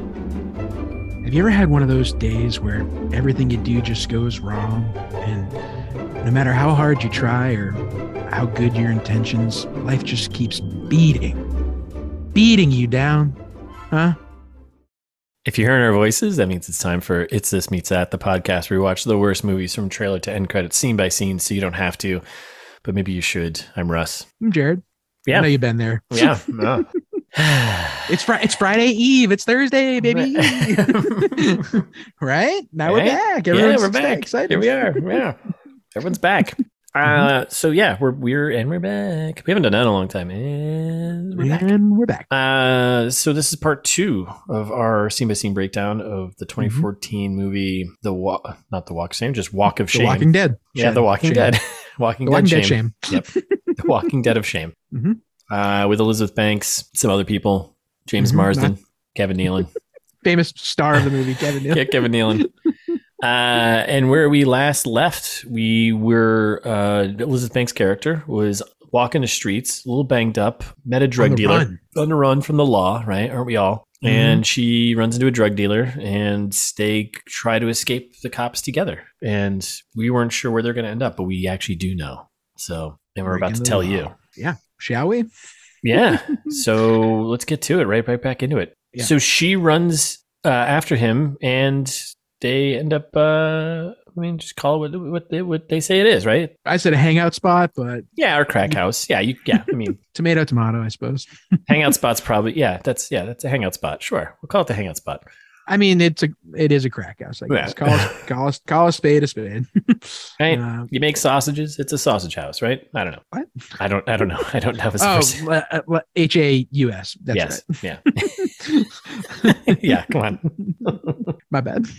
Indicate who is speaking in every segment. Speaker 1: Have you ever had one of those days where everything you do just goes wrong? And no matter how hard you try or how good your intentions, life just keeps beating, beating you down, huh?
Speaker 2: If you're hearing our voices, that means it's time for It's This Meets That, the podcast where we watch the worst movies from trailer to end credits, scene by scene, so you don't have to, but maybe you should. I'm Russ.
Speaker 1: I'm Jared. I know
Speaker 2: Yeah.
Speaker 1: you've been there.
Speaker 2: Yeah. no.
Speaker 1: It's Fri it's Friday Eve. It's Thursday, baby. right now we're
Speaker 2: Right?
Speaker 1: back.
Speaker 2: yeah,
Speaker 1: Everyone's
Speaker 2: we're back.
Speaker 1: Excited.
Speaker 2: Here we are. Yeah. Everyone's back. Uh, so yeah, we're we're and we're back. We haven't done that in a long time. And we're back.
Speaker 1: And we're back.
Speaker 2: Uh, so this is part two of our scene by scene breakdown of the 2014 movie, The Walk, not The Walk of Shame, just Walk of
Speaker 1: The
Speaker 2: Shame.
Speaker 1: Walking Dead.
Speaker 2: yeah,
Speaker 1: Shame.
Speaker 2: The Walking
Speaker 1: Shame.
Speaker 2: Dead. walking
Speaker 1: The Walking
Speaker 2: Dead,
Speaker 1: Dead
Speaker 2: Shame.
Speaker 1: shame.
Speaker 2: The Walking Dead of Shame.
Speaker 1: Mhm.
Speaker 2: Uh, with Elizabeth Banks, some other people, James
Speaker 1: Mhm.
Speaker 2: Marsden, Kevin Nealon.
Speaker 1: Famous star of the movie, Kevin. Nealon.
Speaker 2: yeah, Kevin Nealon. Uh, and where we last left, we were uh, Elizabeth Banks' character was walking the streets, a little banged up, met a
Speaker 1: On
Speaker 2: drug
Speaker 1: the
Speaker 2: dealer
Speaker 1: run.
Speaker 2: on the run from the law, right? Aren't we all?
Speaker 1: Mhm.
Speaker 2: And she runs into a drug dealer, and they try to escape the cops together. And we weren't sure where they're going to end up, but we actually do know. So, and we're about
Speaker 1: Breaking
Speaker 2: to
Speaker 1: the
Speaker 2: tell
Speaker 1: law.
Speaker 2: you.
Speaker 1: Shall we?
Speaker 2: Yeah. so let's get to it. Right, right back into it.
Speaker 1: Yeah.
Speaker 2: So she runs uh, after him, and they end up. Uh, I mean, just call it what, what they what they say it is, right?
Speaker 1: I said a hangout spot, but
Speaker 2: Yeah, or
Speaker 1: Mm-hmm.
Speaker 2: crack house. Yeah, you. Yeah, I mean,
Speaker 1: tomato, tomato, I suppose.
Speaker 2: hangout spots probably. Yeah, that's yeah, that's a hangout spot. Sure, we'll call it the hangout spot.
Speaker 1: I mean, it's a it is a crack house. I
Speaker 2: Yeah.
Speaker 1: guess. Call, a- call, a- call a spade a spade.
Speaker 2: Right.
Speaker 1: Uh,
Speaker 2: You make sausages. It's a sausage house, right? I don't know.
Speaker 1: What?
Speaker 2: I don't. I don't know. I don't have a
Speaker 1: oh,
Speaker 2: source.
Speaker 1: le- uh, le- H A U S. That's
Speaker 2: yes.
Speaker 1: right.
Speaker 2: Yeah. yeah. Come on.
Speaker 1: My bad.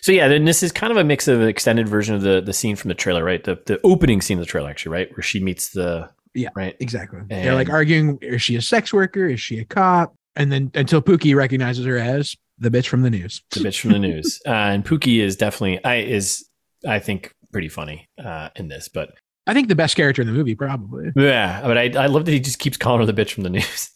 Speaker 2: So yeah, then this is kind of a mix of an extended version of the the scene from the trailer, right? The the opening scene of the trailer, actually, right, where she meets the
Speaker 1: Yeah.
Speaker 2: right.
Speaker 1: Exactly. They're like
Speaker 2: And-
Speaker 1: arguing: is she a sex worker? Is she a cop? And then until Pookie recognizes her as the bitch from the news.
Speaker 2: the bitch from the news. Uh, and Pookie is definitely I is I think pretty funny uh, in this, but
Speaker 1: I think the best character in the movie, probably.
Speaker 2: yeah, but I I love that he just keeps calling her the bitch from the news.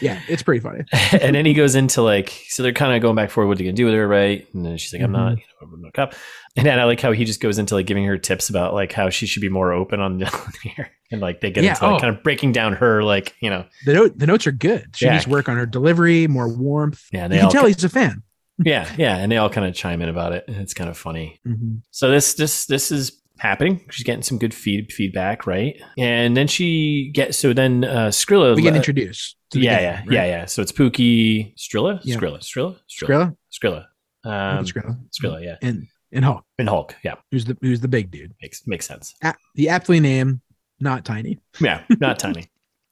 Speaker 1: Yeah, it's pretty funny.
Speaker 2: and then he goes into like so they're kind of going back and forth what are you gonna do with her right and then she's like i'm
Speaker 1: Mm-hmm.
Speaker 2: not you know i'm not a cop and then i like how he just goes into like giving her tips about like how she should be more open on on here and like they get
Speaker 1: Yeah,
Speaker 2: into like,
Speaker 1: oh.
Speaker 2: kind of breaking down her like you know
Speaker 1: The note, the notes are good. She
Speaker 2: Yeah.
Speaker 1: needs to work on her delivery, more warmth.
Speaker 2: yeah and
Speaker 1: You
Speaker 2: they
Speaker 1: can
Speaker 2: all
Speaker 1: tell he's a fan.
Speaker 2: yeah yeah and they all kind of chime in about it and it's kind of funny
Speaker 1: Mhm.
Speaker 2: so this this this is happening she's getting some good feed, feedback right and then she gets so then uh skrilla
Speaker 1: we get
Speaker 2: le-
Speaker 1: introduced. to the
Speaker 2: yeah
Speaker 1: gang,
Speaker 2: yeah
Speaker 1: right?
Speaker 2: yeah yeah so it's pookie strilla
Speaker 1: Yeah.
Speaker 2: skrilla strilla strilla
Speaker 1: Skrilla,
Speaker 2: skrilla
Speaker 1: I
Speaker 2: um,
Speaker 1: think it's Skrilla,
Speaker 2: skrilla yeah
Speaker 1: and and Hulk,
Speaker 2: and hulk yeah
Speaker 1: who's the who's the big dude.
Speaker 2: makes makes sense.
Speaker 1: A- the aptly named, not tiny.
Speaker 2: Yeah, not tiny.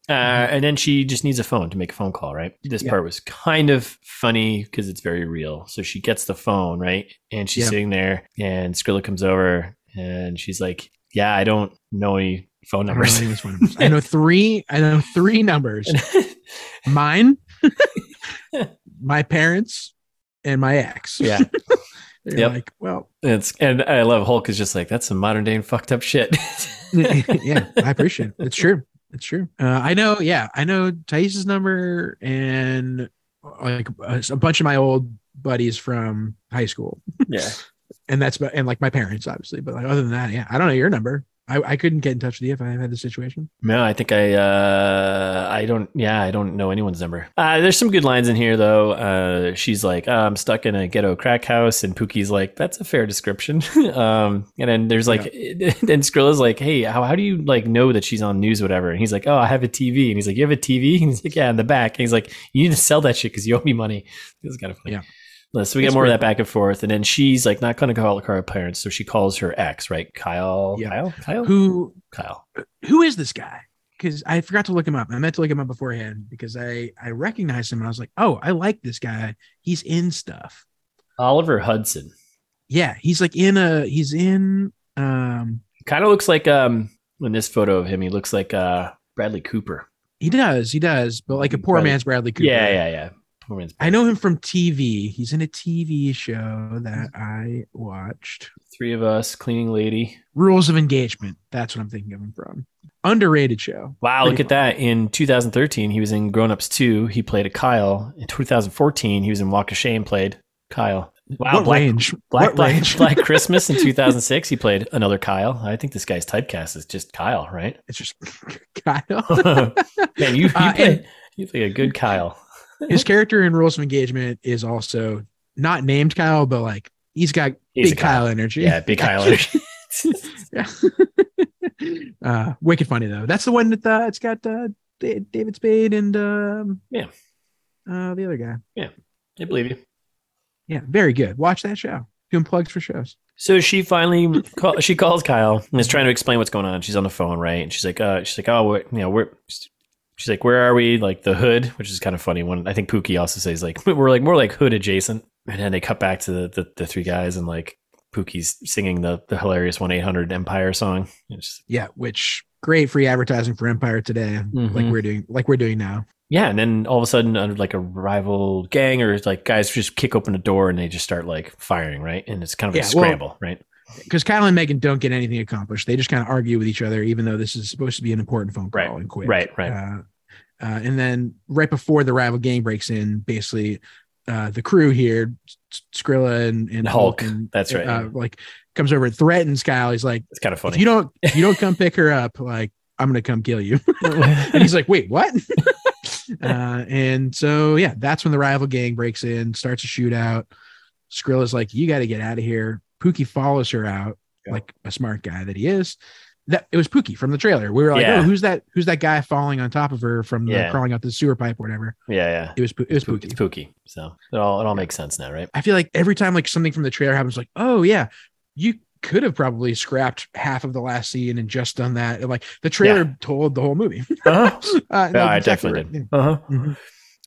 Speaker 2: Uh, and then she just needs a phone to make a phone call, right? This
Speaker 1: Yeah.
Speaker 2: part was kind of funny because it's very real. So she gets the phone, right? And she's
Speaker 1: Yeah.
Speaker 2: sitting there, and Skrilla comes over, and she's like, "Yeah, I don't know any phone
Speaker 1: I don't know
Speaker 2: numbers."
Speaker 1: anyone's phone numbers. I know three. I know three numbers. Mine, my parents, and my ex.
Speaker 2: yeah,
Speaker 1: They're
Speaker 2: Yep.
Speaker 1: like, well,
Speaker 2: it's and I love Hulk is just like that's some modern day and fucked up shit.
Speaker 1: yeah, I appreciate it. It's true. It's true. Uh, I know. Yeah, I know Thais's number and like a, a bunch of my old buddies from high school.
Speaker 2: yeah,
Speaker 1: and that's about- and like my parents obviously but like other than that yeah i don't know your number i, I couldn't get in touch with you if i had the situation
Speaker 2: No, I think I uh I don't yeah, I don't know anyone's number. Uh there's some good lines in here though. Uh she's like, I'm stuck in a ghetto crack house and Pookie's like, that's a fair description. um and then there's like then Skrilla's like, "Hey, how, how do you like know that she's on news whatever?" And he's like, "Oh, I have a TV." And he's like, "You have a TV?" And he's like, "Yeah, in the back." And he's like, "You need to sell that shit cuz you owe me money." It was kind of funny.
Speaker 1: Yeah.
Speaker 2: So we get
Speaker 1: It's
Speaker 2: more of
Speaker 1: weird.
Speaker 2: that back and forth, and then she's like not going to call her parents, so she calls her ex, right? Kyle,
Speaker 1: Yeah.
Speaker 2: Kyle, Kyle,
Speaker 1: who
Speaker 2: Kyle.
Speaker 1: who is this guy because i forgot to look him up i meant to look him up beforehand because i i recognized him and i was like oh i like this guy he's in stuff
Speaker 2: Oliver Hudson.
Speaker 1: yeah he's like in a he's in um
Speaker 2: Kind of looks like um in this photo of him, he looks like uh Bradley Cooper.
Speaker 1: he does he does but like a poor
Speaker 2: Bradley-
Speaker 1: man's bradley cooper
Speaker 2: Yeah, yeah, yeah. Poor man's
Speaker 1: i know him from tv he's in a tv show that i watched
Speaker 2: three of us, cleaning lady.
Speaker 1: rules of engagement that's what i'm thinking of him from Underrated show.
Speaker 2: Wow,
Speaker 1: Pretty
Speaker 2: look at that. In 2013, he was in Grown Ups 2. He played a Kyle. In 2014, he was in Walk of Shame, played Kyle. Wow,
Speaker 1: what
Speaker 2: Black,
Speaker 1: range?
Speaker 2: Black,
Speaker 1: what
Speaker 2: Black,
Speaker 1: range?
Speaker 2: Black Christmas in 2006, he played another Kyle. I think this guy's typecast is just Kyle, right?
Speaker 1: It's just Kyle.
Speaker 2: Man, you, you,
Speaker 1: Uh,
Speaker 2: play,
Speaker 1: and-
Speaker 2: you play a good Kyle.
Speaker 1: His character in Rules of Engagement is also not named Kyle, but like he's got
Speaker 2: He's
Speaker 1: big
Speaker 2: a Kyle.
Speaker 1: Kyle. energy.
Speaker 2: Yeah, big Kyle. energy.
Speaker 1: uh, wicked funny though. That's the one that uh, it's got uh, Da- David Spade and um,
Speaker 2: Yeah.
Speaker 1: uh, the other guy.
Speaker 2: I believe you.
Speaker 1: Yeah, very good. Watch that show. Doing plugs for shows.
Speaker 2: So she finally call, she calls Kyle and is trying to explain what's going on. She's on the phone, right? And she's like, uh, she's like, oh, we're, you know, we're. She's like, where are we? Like the hood, which is kind of funny. One, I think Pookie also says like we're like more like hood adjacent. And then they cut back to the the, the three guys and like Pookie's singing the the hilarious one eight hundred Empire song. It's just-
Speaker 1: Yeah, which great free advertising for Empire today, like
Speaker 2: Mhm.
Speaker 1: we're doing, like we're doing now.
Speaker 2: yeah, and then all of a sudden, uh, like a rival gang or like guys just kick open a door and they just start like firing, right? And it's kind of
Speaker 1: Yeah,
Speaker 2: a
Speaker 1: well-
Speaker 2: scramble, right?
Speaker 1: Because Kyle and Megan don't get anything accomplished. They just kind of argue with each other, even though this is supposed to be an important phone call
Speaker 2: Right,
Speaker 1: and quick.
Speaker 2: Right, right.
Speaker 1: Uh, uh, and then right before the rival gang breaks in, basically uh, the crew here, S- Skrilla and, and
Speaker 2: Hulk.
Speaker 1: and,
Speaker 2: That's right.
Speaker 1: Uh, like comes over and threatens Kyle. He's like,
Speaker 2: it's kind of
Speaker 1: if
Speaker 2: funny.
Speaker 1: you don't, if you don't come pick her up, like I'm gonna come kill you. and he's like, wait, what? uh, and so yeah, that's when the rival gang breaks in, starts a shootout. Skrilla's like, you got to get out of here. Pookie follows her out,
Speaker 2: Yeah.
Speaker 1: like a smart guy that he is. That it was Pookie from the trailer. We were like,
Speaker 2: Yeah.
Speaker 1: oh, who's that? Who's that guy falling on top of her from the
Speaker 2: Yeah.
Speaker 1: crawling out the sewer pipe or whatever?
Speaker 2: yeah, yeah.
Speaker 1: It was Poo- it was
Speaker 2: Poo-
Speaker 1: Pookie.
Speaker 2: It's Pookie. So it all it all makes sense now, right?
Speaker 1: I feel like every time like something from the trailer happens, like, oh yeah, you could have probably scrapped half of the last scene and just done that. And, like the trailer told the whole movie.
Speaker 2: Uh-huh.
Speaker 1: Uh,
Speaker 2: yeah,
Speaker 1: like,
Speaker 2: I
Speaker 1: exactly
Speaker 2: definitely
Speaker 1: right.
Speaker 2: did. Uh-huh.
Speaker 1: Mhm.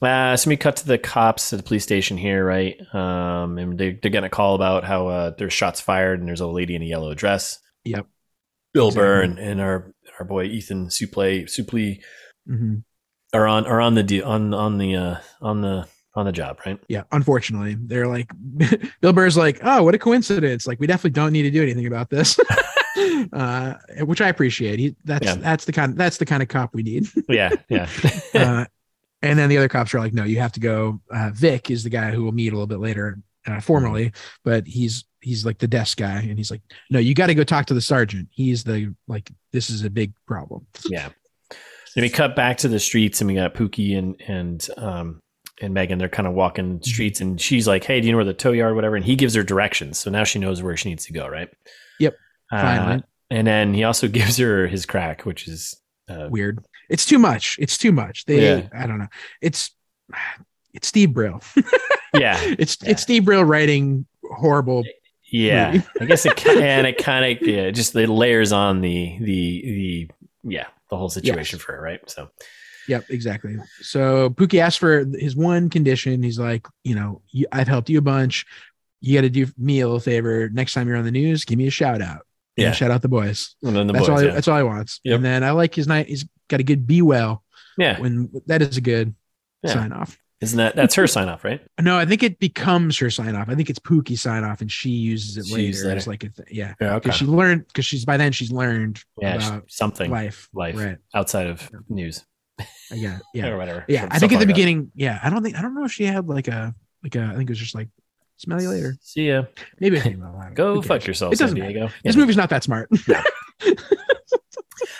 Speaker 2: Uh, so we cut to the cops at the police station here, right? Um, and they, they're getting a call about how uh, there's shots fired and there's a lady in a yellow dress.
Speaker 1: Yep.
Speaker 2: Bill
Speaker 1: Exactly.
Speaker 2: Burr and, and our our boy Ethan Supley Supley
Speaker 1: Yeah. Mhm.
Speaker 2: are on are on the de- on on the uh, on the on the job, right?
Speaker 1: Yeah, unfortunately, they're like Bill Burr's like, oh, what a coincidence! Like, we definitely don't need to do anything about this, uh, which I appreciate. He, that's
Speaker 2: Yeah.
Speaker 1: that's the kind that's the kind of cop we need.
Speaker 2: yeah, yeah.
Speaker 1: Uh, and then the other cops are like, no, you have to go. Uh, Vic is the guy who we'll meet a little bit later, uh, formerly, but he's he's like the desk guy, and he's like, no, you got to go talk to the sergeant. He's the like, this is a big problem.
Speaker 2: yeah. Then we cut back to the streets, and we got Pookie and and um and Megan. They're kind of
Speaker 1: Mm-hmm.
Speaker 2: walking streets, and she's like, "Hey, do you know where the tow yard, or whatever?" And he gives her directions, so now she knows where she needs to go, right?
Speaker 1: Yep.
Speaker 2: Uh,
Speaker 1: Finally.
Speaker 2: and then he also gives her his crack, which is uh,
Speaker 1: Weird. It's too much. It's too much. They,
Speaker 2: Yeah.
Speaker 1: I don't know. It's it's Steve Brill.
Speaker 2: yeah,
Speaker 1: it's
Speaker 2: Yeah.
Speaker 1: it's Steve Brill writing horrible.
Speaker 2: yeah.
Speaker 1: Movie.
Speaker 2: I guess it ki- and it kind of yeah, it just it layers on the the the yeah the whole situation for her, right? So
Speaker 1: Yep, exactly. So Pookie asks for his one condition. He's like, you know, you, I've helped you a bunch. You got to do me a little favor. Next time you're on the news, give me a shout out. You know,
Speaker 2: Yeah.
Speaker 1: shout out the boys.
Speaker 2: and then the
Speaker 1: that's
Speaker 2: boys,
Speaker 1: all. I,
Speaker 2: yeah.
Speaker 1: That's all I wants.
Speaker 2: Yep.
Speaker 1: And then I like his night. He's got a good be well.
Speaker 2: yeah,
Speaker 1: When that is a good
Speaker 2: Yeah.
Speaker 1: sign off.
Speaker 2: isn't that that's her sign off, right?
Speaker 1: No, I think it becomes her sign off. I think it's Pookie's sign off, and she uses it
Speaker 2: She
Speaker 1: later.
Speaker 2: uses it
Speaker 1: It's like, a th- yeah,
Speaker 2: Yeah,
Speaker 1: because she learned because she's by then she's learned
Speaker 2: yeah,
Speaker 1: about
Speaker 2: she- something
Speaker 1: life,
Speaker 2: life.
Speaker 1: right?
Speaker 2: outside of news
Speaker 1: Yeah, yeah.
Speaker 2: or whatever.
Speaker 1: Yeah,
Speaker 2: Some
Speaker 1: I think
Speaker 2: stuff
Speaker 1: at the
Speaker 2: like that.
Speaker 1: beginning. Yeah, I don't think I don't know if she had like a like a. I think it was just like smell you later.
Speaker 2: See ya.
Speaker 1: Maybe a female. I don't know.
Speaker 2: Go
Speaker 1: Who
Speaker 2: fuck
Speaker 1: cares?
Speaker 2: yourself,
Speaker 1: It
Speaker 2: San
Speaker 1: doesn't matter.
Speaker 2: Diego. Yeah.
Speaker 1: This movie's not that smart.
Speaker 2: All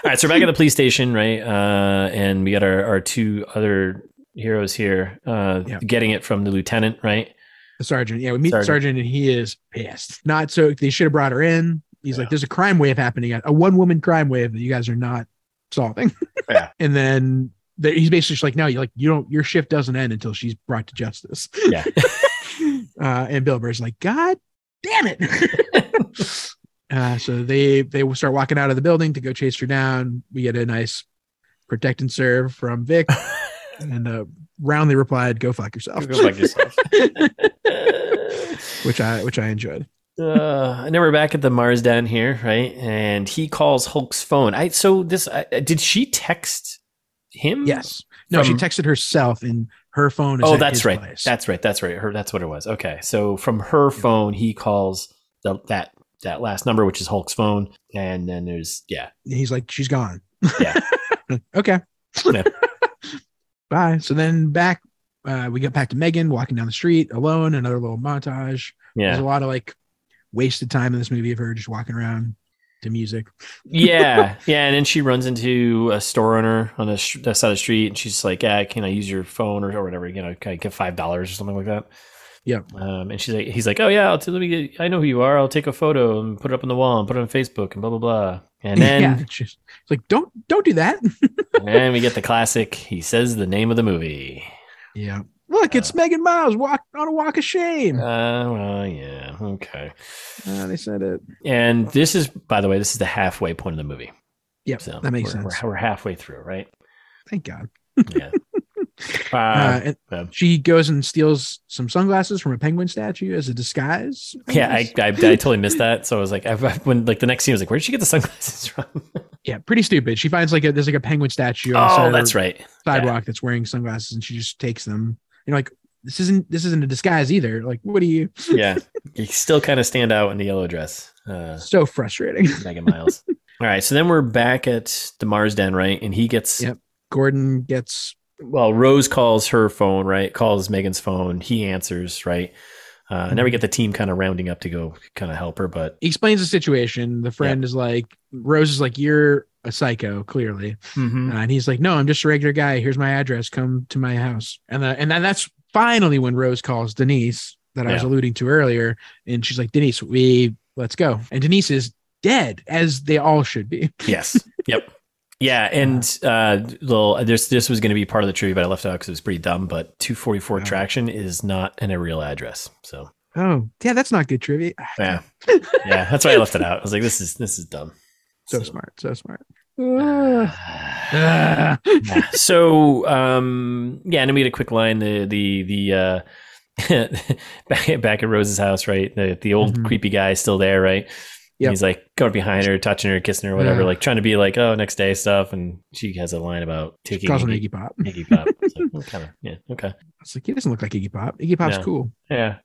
Speaker 2: right, so we're back at the police station, right? Uh, and we got our, our two other heroes here uh,
Speaker 1: Yeah.
Speaker 2: getting it from the lieutenant, right?
Speaker 1: the sergeant. Yeah, we meet
Speaker 2: Sergeant.
Speaker 1: the sergeant and he is pissed. Not so. They should have brought her in. He's
Speaker 2: Yeah.
Speaker 1: like, "There's a crime wave happening. A one woman crime wave that you guys are not solving."
Speaker 2: Yeah.
Speaker 1: and then. they- He's basically just like, no, you like you don't. Your shift doesn't end until she's brought to justice.
Speaker 2: Yeah.
Speaker 1: uh, and Bill Burr's like, God damn it. uh, so they they will start walking out of the building to go chase her down. We get a nice protect and serve from Vic, and uh, roundly replied, "Go fuck yourself,"
Speaker 2: Go fuck yourself.
Speaker 1: which I which I enjoyed.
Speaker 2: uh, and then we're back at the Mars den here, right? And he calls Hulk's phone. I so this I, I- did she text him?
Speaker 1: Yes. No, she
Speaker 2: From-
Speaker 1: texted herself, and her phone. Is
Speaker 2: Oh,
Speaker 1: at
Speaker 2: that's
Speaker 1: his
Speaker 2: right.
Speaker 1: place.
Speaker 2: That's right. That's right. Her. That's what it was. Okay. So from her phone, he calls the, that that last number, which is Hulk's phone, and then there's yeah,
Speaker 1: And he's like, she's gone.
Speaker 2: Yeah.
Speaker 1: okay.
Speaker 2: Yeah.
Speaker 1: Bye. So then back, uh, we get back to Megan walking down the street alone. Another little montage. There's
Speaker 2: Yeah.
Speaker 1: a lot of like wasted time in this movie of her just walking around to music.
Speaker 2: Yeah. Yeah. And then she runs into a store owner on the, sh- the side of the street and she's like, Yeah, can I use your phone or, or whatever? You know, can I get $5 or something like that?
Speaker 1: Yeah.
Speaker 2: Um, and she's like, He's like, Oh, yeah, I'll t- let me get, I know who you are. I'll take a photo and put it up on the wall and put it on Facebook and blah, blah, blah. And then
Speaker 1: yeah, it's just- it's like don't don't do that.
Speaker 2: and we get the classic. He says the name of the movie.
Speaker 1: yeah. Look, it's Megan Miles walk on a walk of shame.
Speaker 2: Uh, well, yeah, okay.
Speaker 1: Uh, they said it.
Speaker 2: And this is, by the way, this is the halfway point of the movie.
Speaker 1: Yep, that makes
Speaker 2: we're,
Speaker 1: sense.
Speaker 2: We're, we're halfway through, right?
Speaker 1: Thank God.
Speaker 2: Yeah. uh,
Speaker 1: Uh, and
Speaker 2: yeah.
Speaker 1: she goes and steals some sunglasses from a penguin statue as a disguise. I
Speaker 2: yeah, I,
Speaker 1: guess.
Speaker 2: I, I totally missed that. So I was like, I, I- when like the next scene I was like, where did she get the sunglasses from?
Speaker 1: yeah, pretty stupid. She finds like a there's like a penguin statue on the side
Speaker 2: oh,
Speaker 1: of
Speaker 2: that's
Speaker 1: the
Speaker 2: right.
Speaker 1: sidewalk that's wearing sunglasses, and she just takes them. You're like, this isn't this isn't a disguise either. Like, what are you?
Speaker 2: Yeah, you still kind of stand out in the yellow dress. Uh,
Speaker 1: So frustrating.
Speaker 2: Megan Miles. All right, so then we're back at the Mars Den, right? And he gets
Speaker 1: Yep. Gordon gets
Speaker 2: well, Rose calls her phone, right? Calls Megan's phone. He answers, right? Uh, and then we get the team kind of rounding up to go kind of help her, but
Speaker 1: he explains the situation. The friend is like, Rose is like, you're a psycho, clearly,
Speaker 2: Mm-hmm.
Speaker 1: Uh, and he's like, no, I'm just a regular guy. Here's my address. Come to my house. And the, and then that's finally when Rose calls Denise that I was
Speaker 2: Yeah.
Speaker 1: alluding to earlier, and she's like, Denise, we let's go. And Denise is dead, as they all should be.
Speaker 2: yes, yep, yeah. And uh, little, this this was going to be part of the trivia, but I left it out because it was pretty dumb. But two forty four
Speaker 1: Yeah.
Speaker 2: traction is not an real address, so
Speaker 1: Oh, yeah, that's not good trivia.
Speaker 2: yeah, yeah. That's why I left it out. I was like, this is this is dumb.
Speaker 1: So smart, so smart.
Speaker 2: Ah.
Speaker 1: Ah.
Speaker 2: Yeah. so um yeah and then we get a quick line the the the uh back, back at rose's house right the, the old
Speaker 1: Mhm.
Speaker 2: creepy guy is still there right
Speaker 1: Yep.
Speaker 2: And he's like going behind her touching her kissing her whatever
Speaker 1: Yeah.
Speaker 2: like trying to be like oh next day stuff and she has a line about
Speaker 1: She
Speaker 2: taking
Speaker 1: calls him
Speaker 2: iggy,
Speaker 1: Iggy Pop.
Speaker 2: iggy pop It's like, well, kinda, yeah okay
Speaker 1: It's like he doesn't look like Iggy Pop. Iggy Pop's
Speaker 2: No.
Speaker 1: cool.
Speaker 2: yeah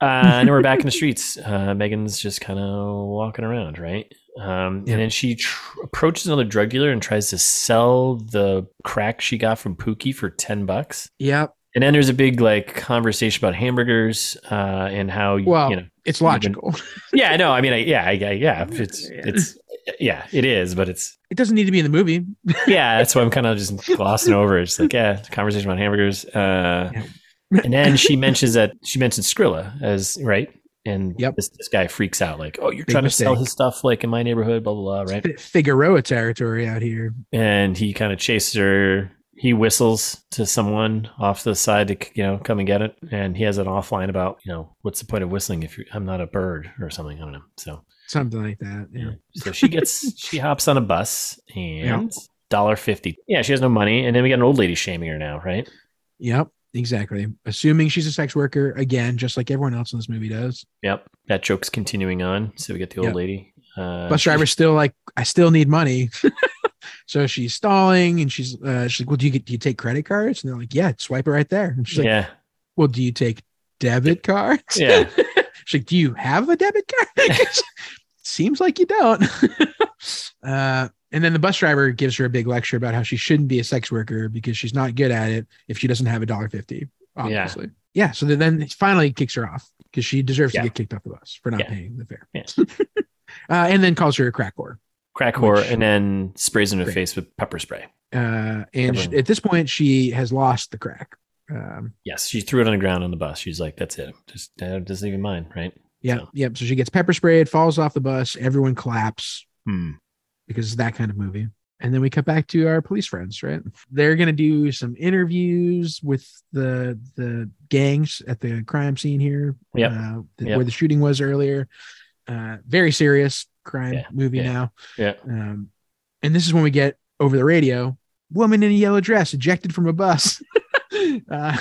Speaker 2: uh, and then we're back in the streets. Uh, Megan's just kind of walking around, right? Um,
Speaker 1: Yep.
Speaker 2: And then she tr- approaches another drug dealer and tries to sell the crack she got from Pookie for ten bucks.
Speaker 1: Yep.
Speaker 2: And then there's a big like conversation about hamburgers uh, and how you-
Speaker 1: Well-
Speaker 2: you know.
Speaker 1: It's logical.
Speaker 2: Yeah, I know. I mean, I, yeah, I, I, yeah, it's
Speaker 1: Yeah.
Speaker 2: it's yeah, it is, but it's
Speaker 1: It doesn't need to be in the movie.
Speaker 2: yeah. That's why I'm kind of just glossing over. it. It's like yeah, it's a conversation about hamburgers. Uh,
Speaker 1: Yeah.
Speaker 2: and then she mentions that she mentions Skrilla as right, and
Speaker 1: Yep.
Speaker 2: this, this guy freaks out like, oh, you're
Speaker 1: Big
Speaker 2: trying to sell
Speaker 1: mistake.
Speaker 2: his stuff like in my neighborhood, blah blah blah, right?
Speaker 1: Fi- Figueroa territory out here.
Speaker 2: And he kind of chases her. He whistles to someone off to the side to you know come and get it, and he has an offline about you know what's the point of whistling if you I'm not a bird or something. I don't know. So
Speaker 1: Something like that. Yeah.
Speaker 2: yeah. so she gets she hops on a bus and dollar fifty. Yeah, she has no money, and then we got an old lady shaming her now, right?
Speaker 1: Yep. Exactly. Assuming she's a sex worker again, just like everyone else in this movie does.
Speaker 2: Yep, that joke's continuing on. So we get the old
Speaker 1: Yep.
Speaker 2: lady. Uh,
Speaker 1: Bus driver's still like, I still need money. so she's stalling and she's uh she's like, Well, do you get do you take credit cards? And they're like, Yeah, swipe it right there. And she's like,
Speaker 2: yeah,
Speaker 1: Well, do you take debit cards?
Speaker 2: yeah,
Speaker 1: She's like, "Do you have a debit card?" Seems like you don't. uh, and then the bus driver gives her a big lecture about how she shouldn't be a sex worker because she's not good at it if she doesn't have a dollar fifty. Obviously, yeah. So then- then it finally kicks her off because she deserves
Speaker 2: Yeah.
Speaker 1: to get kicked off the bus for not
Speaker 2: Yeah.
Speaker 1: paying the fare.
Speaker 2: Yeah.
Speaker 1: uh, and then calls her a crack whore.
Speaker 2: crack whore,
Speaker 1: Which-
Speaker 2: and then sprays her in the
Speaker 1: Great.
Speaker 2: face with pepper spray.
Speaker 1: Uh, and she-
Speaker 2: Everyone-
Speaker 1: at this point, she has lost the crack. Um,
Speaker 2: Yes, she threw it on the ground on the bus. She's like, "That's it. Just uh, doesn't even mind, right?"
Speaker 1: yeah,
Speaker 2: So-
Speaker 1: yep. So she gets pepper sprayed, falls off the bus. Everyone claps.
Speaker 2: Hmm.
Speaker 1: because it's that kind of movie. And then we cut back to our police friends, right? They're gonna do some interviews with the the gangs at the crime scene here,
Speaker 2: Yep.
Speaker 1: uh, th-
Speaker 2: Yep.
Speaker 1: where the shooting was earlier. Uh, very serious crime
Speaker 2: Yeah.
Speaker 1: movie
Speaker 2: Yeah.
Speaker 1: now.
Speaker 2: Yeah.
Speaker 1: Um, and this is when we get over the radio: woman in a yellow dress ejected from a bus. uh,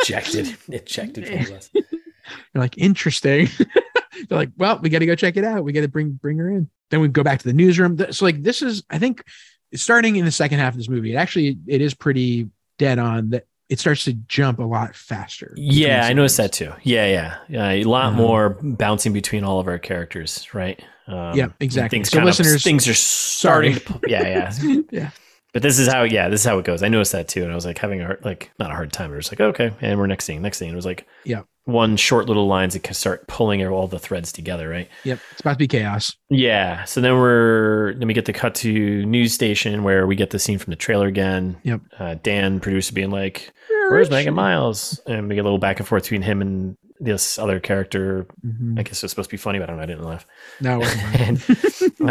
Speaker 2: ejected, ejected from the bus.
Speaker 1: They're like, interesting. They're like, well, we got to go check it out. We got to bring bring her in. Then we go back to the newsroom. Th- So like, this is, I think, starting in the second half of this movie. It actually, it is pretty dead on that it starts to jump a lot faster.
Speaker 2: Yeah, I
Speaker 1: between
Speaker 2: noticed that
Speaker 1: scenes.
Speaker 2: too. Yeah, yeah, yeah. A lot
Speaker 1: Um,
Speaker 2: more bouncing between all of our characters, right? Um,
Speaker 1: Yeah, exactly.
Speaker 2: Things
Speaker 1: So
Speaker 2: kind
Speaker 1: listeners-
Speaker 2: of, things are starting. To, yeah, yeah.
Speaker 1: yeah.
Speaker 2: But this is how, yeah, this is how it goes. I noticed that too, and I was like having a hard, like not a hard time. But it was like okay, and we're next scene, next scene. It was like
Speaker 1: Yeah.
Speaker 2: one short little lines that can start pulling all the threads together, right?
Speaker 1: Yep. It's about to be chaos.
Speaker 2: Yeah. So then we're then we get the cut to news station where we get the scene from the trailer again.
Speaker 1: Yep.
Speaker 2: Uh, Dan producer being like, "Where's Megan Miles?" And we get a little back and forth between him and this other character.
Speaker 1: Mhm.
Speaker 2: I guess it was supposed to be funny, but I don't know. I didn't laugh.
Speaker 1: No. it wasn't.
Speaker 2: and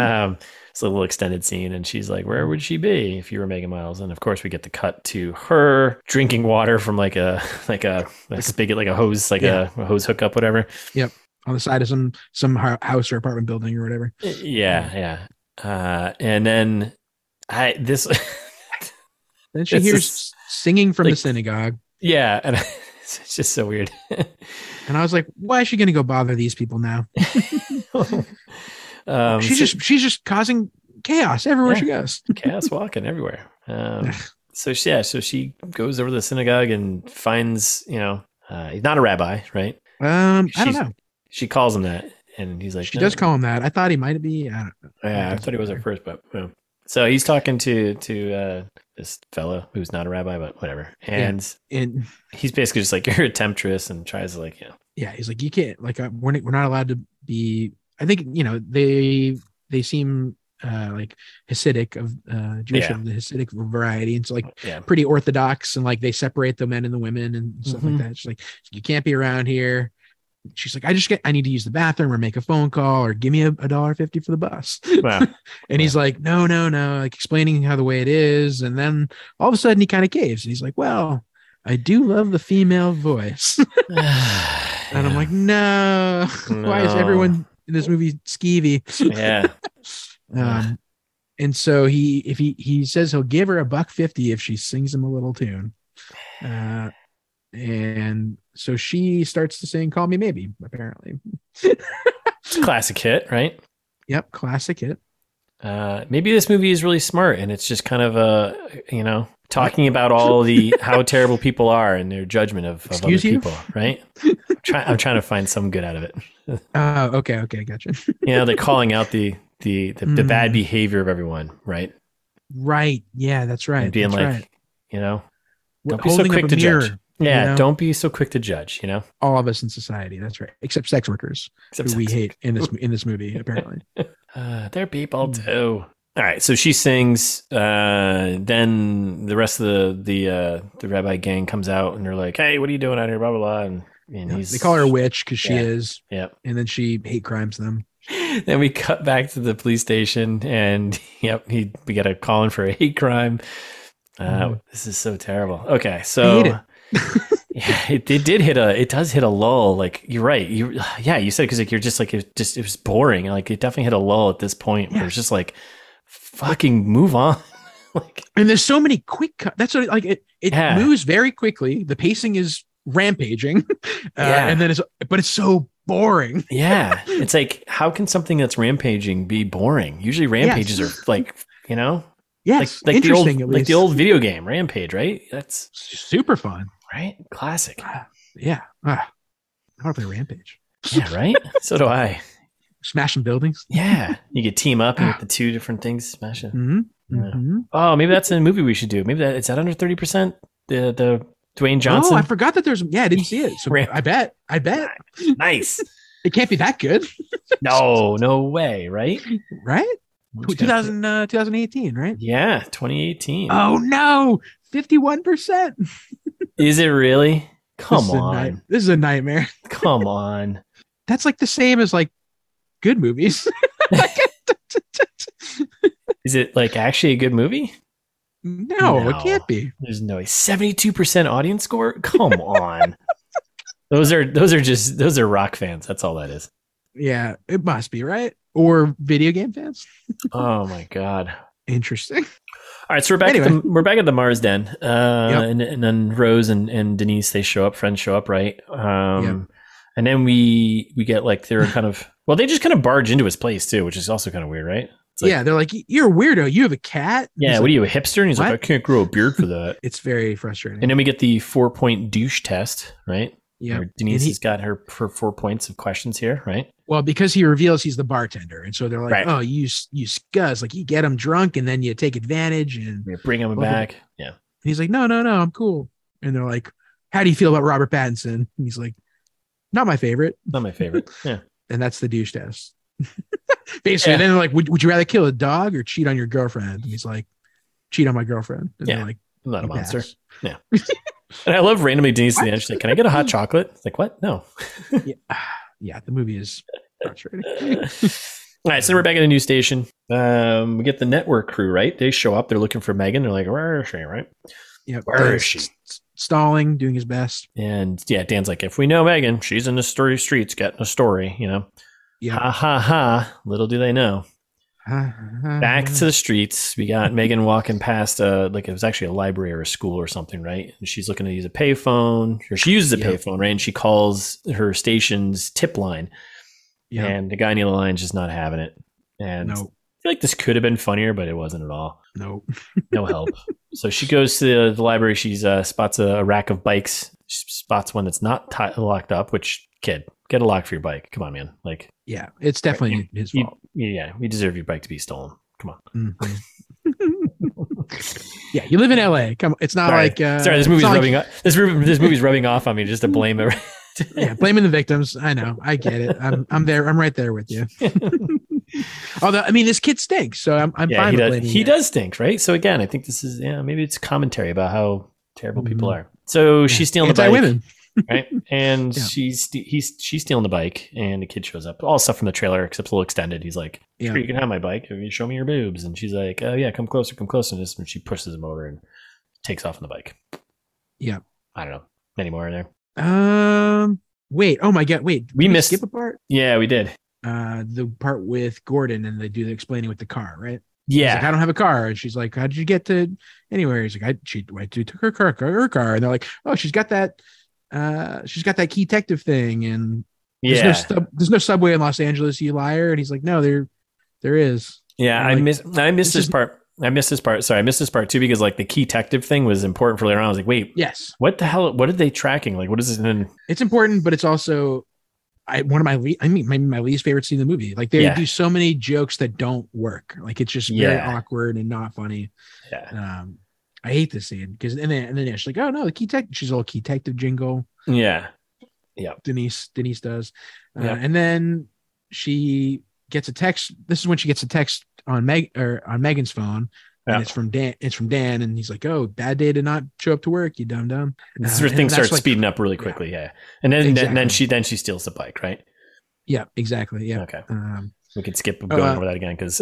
Speaker 2: um, it's a little extended scene, and she's like, "Where would she be if you were Megan Miles?" And of course, we get the cut to her drinking water from like a like a like a spigot, like a hose, like
Speaker 1: Yeah.
Speaker 2: a, a hose hookup, whatever.
Speaker 1: on the side of some some hou- house or apartment building or whatever.
Speaker 2: Yeah, yeah. Uh, and then I this
Speaker 1: Then she
Speaker 2: It's
Speaker 1: hears
Speaker 2: just-
Speaker 1: singing from the
Speaker 2: like-
Speaker 1: synagogue,
Speaker 2: yeah, and it's just so weird.
Speaker 1: and I was like, "Why is she going to go bother these people now?
Speaker 2: um,
Speaker 1: she's
Speaker 2: so-
Speaker 1: just she's just causing chaos everywhere
Speaker 2: Yeah.
Speaker 1: she goes."
Speaker 2: chaos walking everywhere. Um, so she, yeah, so she goes over to the synagogue and finds you know uh, he's not a rabbi, right?
Speaker 1: Um, I don't
Speaker 2: She's-
Speaker 1: know.
Speaker 2: She calls him that, and he's like,
Speaker 1: she
Speaker 2: "No."
Speaker 1: does call him that. I thought he might be. I don't know.
Speaker 2: Yeah, I
Speaker 1: doesn't
Speaker 2: thought he was at
Speaker 1: matter.
Speaker 2: first, but yeah. so he's talking to to uh, this fellow who's not a rabbi, but whatever, and.
Speaker 1: And
Speaker 2: He's basically just like you're a temptress and tries to like you know
Speaker 1: yeah, he's like, "You can't like uh, we're not- we're not allowed to be." I think you know they they seem uh like Hasidic of uh Jewish
Speaker 2: Yeah.
Speaker 1: of the Hasidic variety, and so like
Speaker 2: yeah
Speaker 1: pretty orthodox and like they separate the men and the women and stuff
Speaker 2: Mhm.
Speaker 1: like that. She's like, you can't be around here. She's like, I just get, I need to use the bathroom or make a phone call or give me a, a dollar fifty for the bus.
Speaker 2: Wow.
Speaker 1: and he's like, no, no, no, like explaining how the way it is. And then all of a sudden he kind of caves and he's like, well, I do love the female voice.
Speaker 2: and
Speaker 1: and I'm like, no, why is
Speaker 2: No.
Speaker 1: everyone in this movie skeevy?
Speaker 2: yeah,
Speaker 1: Um, and so he, if he, he says he'll give her a buck fifty if she sings him a little tune. Uh, and so she starts to sing "Call Me Maybe." Apparently,
Speaker 2: it's a classic hit, right?
Speaker 1: yep, classic hit.
Speaker 2: Uh, maybe this movie is really smart and it's just kind of uh, you know talking about all the how terrible people are and their judgment of, of other
Speaker 1: Excuse you?
Speaker 2: people, right? I'm, try- I'm trying to find some good out of it.
Speaker 1: Oh, okay, okay, gotcha.
Speaker 2: You know, they're calling out the the the, the bad
Speaker 1: Mm.
Speaker 2: behavior of everyone, right?
Speaker 1: Right, yeah, that's right.
Speaker 2: and being
Speaker 1: that's
Speaker 2: like,
Speaker 1: right.
Speaker 2: you know,
Speaker 1: We're
Speaker 2: don't be so
Speaker 1: holding up
Speaker 2: quick
Speaker 1: a
Speaker 2: to judge.
Speaker 1: mirror,
Speaker 2: yeah,
Speaker 1: know?
Speaker 2: don't be so quick to judge, you know.
Speaker 1: all of us in society. That's right, except sex workers
Speaker 2: Except
Speaker 1: who we
Speaker 2: sex.
Speaker 1: hate in this in this movie. Apparently,
Speaker 2: Uh, they're people
Speaker 1: Mm.
Speaker 2: too. All right, so she sings. Uh, then the rest of the the uh, the rabbi gang comes out and they're like, "Hey, what are you doing out here?" Blah blah blah. And, and
Speaker 1: Yeah,
Speaker 2: he's
Speaker 1: they call her a witch because she
Speaker 2: Yeah.
Speaker 1: is,
Speaker 2: Yep.
Speaker 1: and then she hate crimes them.
Speaker 2: Then we cut back to the police station, and yep, he we got a call in for a hate crime. Uh,
Speaker 1: Mm.
Speaker 2: This is so terrible. Okay, so
Speaker 1: hate it.
Speaker 2: yeah, it, it did hit a it does hit a lull. Like you're right. You yeah, you said because like you're just like it just it was boring. Like it definitely hit a lull at this point where
Speaker 1: Yeah.
Speaker 2: it's just like fucking move on. like
Speaker 1: and there's so many quick cut that's what it- like it, it
Speaker 2: Yeah.
Speaker 1: moves very quickly the pacing is rampaging uh,
Speaker 2: Yeah.
Speaker 1: and then it's but it's so boring
Speaker 2: yeah, it's like how can something that's rampaging be boring? Usually rampages are like you know
Speaker 1: yes
Speaker 2: like like the
Speaker 1: interesting
Speaker 2: old
Speaker 1: at least
Speaker 2: like the old video game rampage right? That's
Speaker 1: super fun
Speaker 2: right classic.
Speaker 1: yeah ah, i want to play rampage
Speaker 2: Yeah, right. so do I.
Speaker 1: smashing buildings
Speaker 2: Yeah, Mm. you could team up and get the two different things smashing.
Speaker 1: mm-hmm.
Speaker 2: Yeah.
Speaker 1: Mm-hmm.
Speaker 2: Oh, maybe that's a movie we should do. Maybe that it's at under thirty percent. The the Dwayne Johnson.
Speaker 1: oh i forgot that there's yeah i didn't see it so
Speaker 2: Ramp-
Speaker 1: i bet i bet
Speaker 2: nice.
Speaker 1: it can't be that good
Speaker 2: No, no way. Right?
Speaker 1: right
Speaker 2: I'm just gonna-
Speaker 1: 2000 uh, 2018 right
Speaker 2: Yeah, 2018.
Speaker 1: oh no 51%
Speaker 2: Is it really? Come
Speaker 1: this is a night-
Speaker 2: on,
Speaker 1: this is a nightmare
Speaker 2: come on.
Speaker 1: that's like the same as like good movies.
Speaker 2: Is it like actually a good movie?
Speaker 1: no, it
Speaker 2: No.
Speaker 1: can't be.
Speaker 2: There's no way. 72 percent audience score. Come on. Those are those are just those are rock fans. That's all that is.
Speaker 1: Yeah, it must be, right? Or video game fans.
Speaker 2: Oh my god.
Speaker 1: Interesting.
Speaker 2: All right, so we're back.
Speaker 1: Anyway.
Speaker 2: At the, we're back at the Mars Den, uh,
Speaker 1: Yep.
Speaker 2: and, and then Rose and, and Denise they show up. Friends show up, right? Um, And then we we get like they're kind of well, they just kind of barge into his place too, which is also kind of weird, right? It's like-
Speaker 1: yeah, they're like, "You're a weirdo. You have a cat." And
Speaker 2: Yeah,
Speaker 1: he's
Speaker 2: what are
Speaker 1: like-
Speaker 2: you, a hipster? And he's like, I
Speaker 1: What?
Speaker 2: can't grow a beard for that.
Speaker 1: It's very frustrating.
Speaker 2: and then we get the four point douche test, right?
Speaker 1: yeah.
Speaker 2: Where
Speaker 1: And
Speaker 2: Denise
Speaker 1: he-
Speaker 2: has got her her four points of questions here, right?
Speaker 1: Well, because he reveals he's the bartender, and so they're like,
Speaker 2: Right.
Speaker 1: "Oh, you s- you scuzz! Like you get him drunk, and then you take advantage." And, and
Speaker 2: We Bring him
Speaker 1: Okay.
Speaker 2: back. Yeah.
Speaker 1: he's like, "No, no, no, I'm cool." And they're like, "How do you feel about Robert Pattinson?" And he's like, "Not my favorite."
Speaker 2: Not my favorite. Yeah.
Speaker 1: And that's the douche test. Basically,
Speaker 2: Yeah.
Speaker 1: and then they're like, would, "Would you rather kill a dog or cheat on your girlfriend?" And he's like, "Cheat on my girlfriend." And
Speaker 2: Yeah.
Speaker 1: they're like,
Speaker 2: I'm not
Speaker 1: "You
Speaker 2: a monster.
Speaker 1: pass."
Speaker 2: And I love randomly Denise at the end. She's like, Can I get a hot chocolate? It's like, what? No.
Speaker 1: Yeah, the movie is frustrating.
Speaker 2: All right, so we're back at the news station. Um, we get the network crew, right? They show up, they're looking for Megan. They're like, where is she, right?
Speaker 1: yeah,
Speaker 2: Where is
Speaker 1: Dan's
Speaker 2: she?
Speaker 1: st- Stalling, doing his best.
Speaker 2: And yeah, Dan's like, if we know Megan, she's in the story streets getting a story, you know?
Speaker 1: Yeah.
Speaker 2: Ha ha ha. Little do they know.
Speaker 1: Mm-hmm.
Speaker 2: Back to the streets. We got Megan walking past uh like it was actually a library or a school or something, right? And she's looking to use a payphone. Or she uses a
Speaker 1: Yeah.
Speaker 2: payphone, right? And she calls her station's tip line.
Speaker 1: yeah.
Speaker 2: And the guy on the other line is just not having it. And I
Speaker 1: no,
Speaker 2: feel like this could have been funnier, but it wasn't at all.
Speaker 1: no.
Speaker 2: no help. so she goes to the, the library. She's uh, spots a, a rack of bikes. She spots one that's not ti locked up. Which kid, get a lock for your bike. Come on, man. Like,
Speaker 1: Yeah, it's definitely his
Speaker 2: you-
Speaker 1: fault.
Speaker 2: yeah, we deserve your bike to be stolen. Come on.
Speaker 1: Mhm. yeah, you live in LA. Come, it's not
Speaker 2: Sorry.
Speaker 1: like uh,
Speaker 2: Sorry, this
Speaker 1: it's
Speaker 2: movie's
Speaker 1: not like- Mm.
Speaker 2: rubbing. off this ru- this movie's rubbing off on me just to blame it.
Speaker 1: yeah, blaming the victims. I know, I get it. I'm, I'm there. I'm right there with you. Although, I mean, this kid stinks, so I'm, I'm
Speaker 2: yeah,
Speaker 1: fine
Speaker 2: he
Speaker 1: with
Speaker 2: does.
Speaker 1: blaming.
Speaker 2: He
Speaker 1: it.
Speaker 2: does stink, right? So again, I think this is yeah, maybe it's commentary about how terrible people
Speaker 1: Mhm.
Speaker 2: are. So she's stealing the bike.
Speaker 1: Anti-women.
Speaker 2: right? And
Speaker 1: Yeah.
Speaker 2: she's he's she's stealing the bike, and the kid shows up. All stuff from the trailer, except a little extended. He's like,
Speaker 1: Yeah.
Speaker 2: "Sure, you can have my bike. If you show me your boobs." And she's like, "Oh yeah, come closer, come closer." And, this, and she pushes him over and takes off on the bike.
Speaker 1: Yeah.
Speaker 2: I don't know any more in there.
Speaker 1: Um. Wait. Oh my God. Wait. did
Speaker 2: We missed-
Speaker 1: skip a part.
Speaker 2: Yeah, we did.
Speaker 1: Uh, the part with Gordon and they do the explaining with the car, right? He's like,
Speaker 2: Yeah,
Speaker 1: I don't have a car. And she's like, How did you get to anywhere? He's like, I she I took her car, car- her car. And they're like, Oh, she's got that uh she's got that key detective thing and there's no
Speaker 2: yeah,
Speaker 1: sub, there's no subway in Los Angeles, you liar. And he's like, No, there there is.
Speaker 2: yeah. I
Speaker 1: Like,
Speaker 2: miss I
Speaker 1: this
Speaker 2: missed this
Speaker 1: is-
Speaker 2: part. I missed this part. Sorry, I missed this part too because like the key detective thing was important for later on. I was like, wait,
Speaker 1: Yes.
Speaker 2: what the hell? What are they tracking? Like, what is this? And then
Speaker 1: It's important, but it's also I one of my le- I mean maybe my least favorite scene in the movie. Like they
Speaker 2: Yeah.
Speaker 1: do so many jokes that don't work. Like it's just very
Speaker 2: Yeah.
Speaker 1: awkward and not funny.
Speaker 2: yeah,
Speaker 1: Um I hate this scene because and then and then yeah, she's like, Oh no, the key tech she's a little key detective jingle.
Speaker 2: yeah.
Speaker 1: Denise Denise does, uh,
Speaker 2: Yep.
Speaker 1: and then she gets a text. This is when she gets a text on Meg or on Megan's phone,
Speaker 2: Yeah.
Speaker 1: and it's from Dan. It's from Dan, and he's like, "Oh, bad day to not show up to work, you dumb dumb."
Speaker 2: This is
Speaker 1: Uh,
Speaker 2: where
Speaker 1: and
Speaker 2: things
Speaker 1: that's
Speaker 2: start
Speaker 1: like-
Speaker 2: speeding up really
Speaker 1: yeah.
Speaker 2: quickly. Yeah, and then, then then
Speaker 1: Exactly.
Speaker 2: she then she steals the bike, right?
Speaker 1: Yeah, exactly. Yeah,
Speaker 2: Okay.
Speaker 1: um,
Speaker 2: We could skip going
Speaker 1: Uh,
Speaker 2: over that again because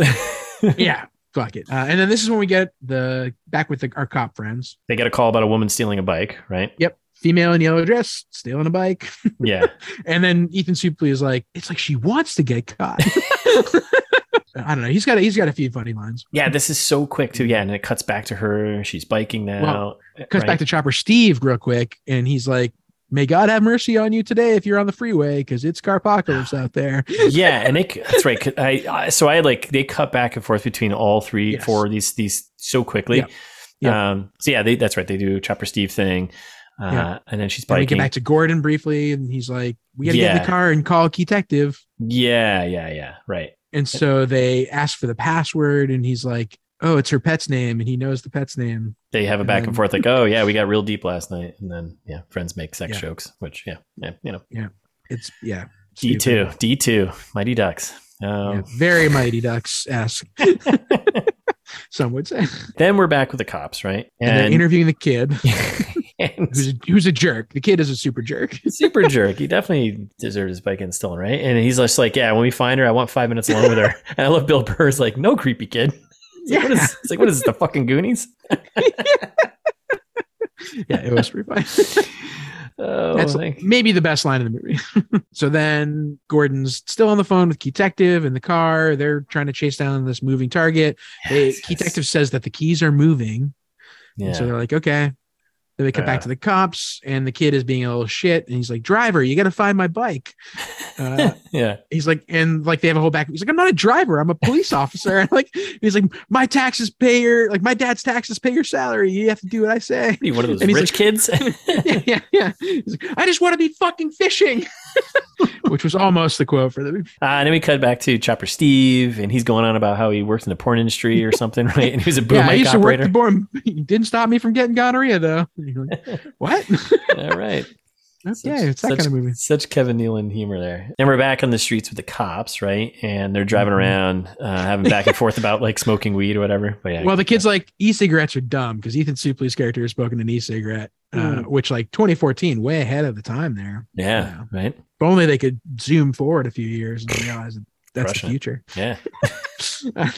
Speaker 1: yeah. Fuck it. Uh, and then this is when we get the back with the, our cop friends.
Speaker 2: they get a call about a woman stealing a bike, right?
Speaker 1: Yep, female in yellow dress, stealing a bike,
Speaker 2: Yeah.
Speaker 1: and then Ethan Suplee is like, "It's like she wants to get caught." I don't know. He's got a, he's got a few funny lines.
Speaker 2: yeah, this is so quick too. Yeah, and it cuts back to her. She's biking now.
Speaker 1: Well, cuts
Speaker 2: right?
Speaker 1: back to Chopper Steve real quick, and he's like, "May God have mercy on you today if you're on the freeway, because it's carpocalypse out there."
Speaker 2: yeah, and they c- that's right. 'cause I, I so I like they cut back and forth between all three,
Speaker 1: Yes.
Speaker 2: four of these these so quickly.
Speaker 1: Yeah. Yeah.
Speaker 2: Um, so yeah, they, that's right. They do Chopper Steve thing, uh,
Speaker 1: Yeah.
Speaker 2: and then she's
Speaker 1: And we
Speaker 2: biking.
Speaker 1: get back to Gordon briefly, and he's like, "We got to get in
Speaker 2: Yeah.
Speaker 1: the car and call Key Detective."
Speaker 2: yeah, yeah, yeah. Right.
Speaker 1: And so they ask for the password, and he's like, "Oh, it's her pet's name," and he knows the pet's name.
Speaker 2: they have a
Speaker 1: And
Speaker 2: back and
Speaker 1: then-
Speaker 2: forth like, oh yeah, we got real deep last night, and then yeah, friends make sex
Speaker 1: Yeah.
Speaker 2: jokes, which yeah, yeah, you know,
Speaker 1: It's yeah,
Speaker 2: D
Speaker 1: stupid.
Speaker 2: two, D two, Mighty Ducks.
Speaker 1: Yeah,
Speaker 2: Um,
Speaker 1: very Mighty Ducks esque. Some would say,
Speaker 2: Then we're back with the cops, right?
Speaker 1: and they're interviewing the kid,
Speaker 2: and
Speaker 1: who's a, who's a jerk. The kid is a super jerk.
Speaker 2: super jerk. He definitely deserved his bike and stolen, right? And he's just like, yeah, when we find her, I want five minutes alone with her. And I love Bill Burr's like, no creepy kid. It's like, what is, it's like, what is this, the fucking Goonies?
Speaker 1: yeah, it was pretty funny.
Speaker 2: Oh,
Speaker 1: That's
Speaker 2: thank-
Speaker 1: maybe the best line in the movie. so then Gordon's still on the phone with Key Detective in the car. They're trying to chase down this moving target. They,
Speaker 2: Yes,
Speaker 1: Key
Speaker 2: yes.
Speaker 1: Detective says that the keys are moving.
Speaker 2: Yeah.
Speaker 1: And so they're like, okay. Then they come
Speaker 2: Yeah.
Speaker 1: back to the cops, and the kid is being a little shit. And he's like, driver, you got to find my bike. Uh,
Speaker 2: yeah.
Speaker 1: he's like, and like they have a whole back. He's like, I'm not a driver. I'm a police officer. And like, he's like, my taxes pay your, like my dad's taxes pay your salary. You have to do what I say.
Speaker 2: Be one of those
Speaker 1: And he's
Speaker 2: rich kids. Uh,
Speaker 1: yeah, yeah, yeah. He's like, I just want to be fucking fishing, which was almost the quote for the movie.
Speaker 2: Uh, and then we cut back to Chopper Steve, and he's going on about how he worked in the porn industry or something, right? And he was a boom
Speaker 1: yeah, I
Speaker 2: mic
Speaker 1: used
Speaker 2: operator.
Speaker 1: to work the board. He didn't stop me from getting gonorrhea though. You're like, what?
Speaker 2: All right.
Speaker 1: okay,
Speaker 2: Such-
Speaker 1: it's that
Speaker 2: such-
Speaker 1: kind of movie.
Speaker 2: Such Kevin Nealon humor there. And we're back on the streets with the cops, right? And they're driving
Speaker 1: Mhm.
Speaker 2: around, uh, having back and forth about like smoking weed or whatever. But yeah,
Speaker 1: Well, the kid's like e-cigarettes are dumb because Ethan Suplee's character is smoking an e-cigarette,
Speaker 2: Hmm.
Speaker 1: uh, which like 2014, way ahead of the time there.
Speaker 2: yeah, right,
Speaker 1: If only they could zoom forward a few years and realize that that's
Speaker 2: Crushing
Speaker 1: the
Speaker 2: it.
Speaker 1: future.
Speaker 2: yeah,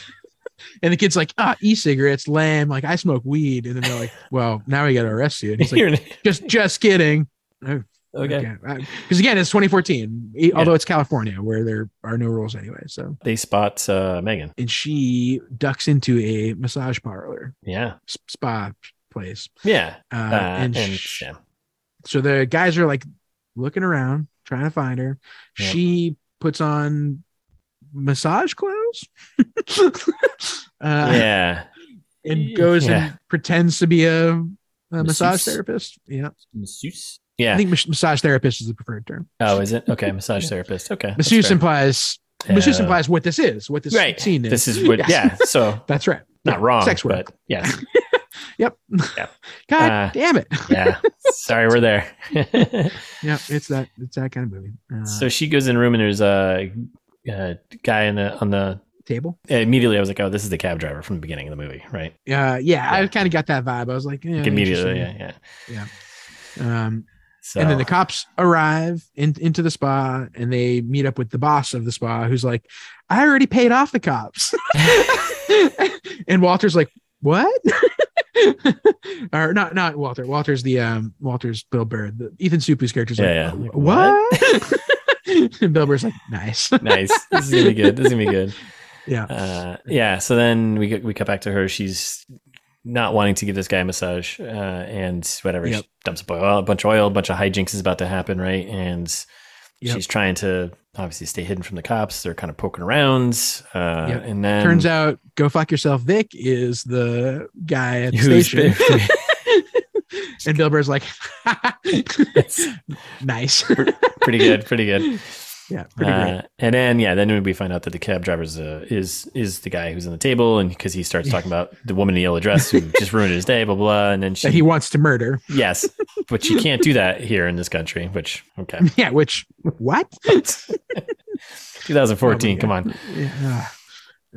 Speaker 1: And the kid's like, ah, e-cigarettes, lame. Like I smoke weed, and then they're like, well, now we got to arrest you. And he's like,
Speaker 2: You're an-
Speaker 1: just, just kidding.
Speaker 2: okay.
Speaker 1: Because again, it's 2014, e- although it's California where there are no rules anyway. So,
Speaker 2: They spot uh, Megan.
Speaker 1: and she ducks into a massage parlor,
Speaker 2: Yeah,
Speaker 1: s- spa place,
Speaker 2: yeah,
Speaker 1: uh,
Speaker 2: uh,
Speaker 1: and,
Speaker 2: and,
Speaker 1: sh-
Speaker 2: yeah.
Speaker 1: so the guys are like looking around trying to find her
Speaker 2: Yeah.
Speaker 1: she puts on massage clothes uh,
Speaker 2: yeah.
Speaker 1: and goes
Speaker 2: Yeah.
Speaker 1: and pretends to be a, a massage
Speaker 2: Masseuse.
Speaker 1: therapist yeah.
Speaker 2: Masseuse.
Speaker 1: i
Speaker 2: Yeah.
Speaker 1: think mas- massage therapist is the preferred term
Speaker 2: Oh, is it okay? Massage therapist. Okay. that's
Speaker 1: masseuse
Speaker 2: fair.
Speaker 1: implies masseuse
Speaker 2: Uh,
Speaker 1: implies what this is what this
Speaker 2: right.
Speaker 1: scene is
Speaker 2: This is what.
Speaker 1: Yes.
Speaker 2: Yeah. So
Speaker 1: that's right
Speaker 2: not wrong.
Speaker 1: sex work
Speaker 2: But yeah.
Speaker 1: yep
Speaker 2: Yep.
Speaker 1: god
Speaker 2: Uh,
Speaker 1: damn it
Speaker 2: Yeah. Sorry, we're there.
Speaker 1: yeah it's that it's that kind of movie uh,
Speaker 2: so she goes in a room and there's a, a guy in the on the
Speaker 1: table
Speaker 2: immediately I was like, oh, this is the cab driver from the beginning of the movie, right?
Speaker 1: uh, yeah, i
Speaker 2: Yeah.
Speaker 1: kind of got that vibe i was like, yeah,
Speaker 2: Like, immediately,
Speaker 1: interesting.
Speaker 2: yeah, yeah.
Speaker 1: um
Speaker 2: So
Speaker 1: And then the cops arrive in, into the spa and they meet up with the boss of the spa who's like, I already paid off the cops. and Walter's like, What? or not not Walter. Walter's the um Walter's Bill Bird. The, Ethan Suplee's character's
Speaker 2: Yeah,
Speaker 1: like,
Speaker 2: yeah. Like,
Speaker 1: What? and Bill Bird's like, nice.
Speaker 2: nice. This is gonna be good. This is gonna be good.
Speaker 1: Yeah.
Speaker 2: Uh, yeah. So then we get, we cut back to her. She's not wanting to give this guy a massage, uh, and whatever.
Speaker 1: Yep.
Speaker 2: She dumps a, oil, a bunch of oil, a bunch of hijinks is about to happen, right? And
Speaker 1: Yep.
Speaker 2: she's trying to obviously stay hidden from the cops. They're kind of poking around, uh,
Speaker 1: Yep.
Speaker 2: and then
Speaker 1: Turns out Go Fuck Yourself Vic is the guy at the
Speaker 2: who's
Speaker 1: station.
Speaker 2: been-
Speaker 1: and Bill Bird's like,
Speaker 2: It's
Speaker 1: nice.
Speaker 2: pretty good, pretty good.
Speaker 1: yeah, pretty great.
Speaker 2: Uh, and then yeah, then we find out that the cab driver is uh, is is the guy who's on the table, and because he starts talking about the woman in the yellow dress who just ruined his day, blah blah, blah, and then she
Speaker 1: That he wants to murder.
Speaker 2: yes, but she can't do that here in this country. Which okay,
Speaker 1: Yeah, which what?
Speaker 2: 2014,
Speaker 1: Oh,
Speaker 2: come on.
Speaker 1: Yeah. Uh,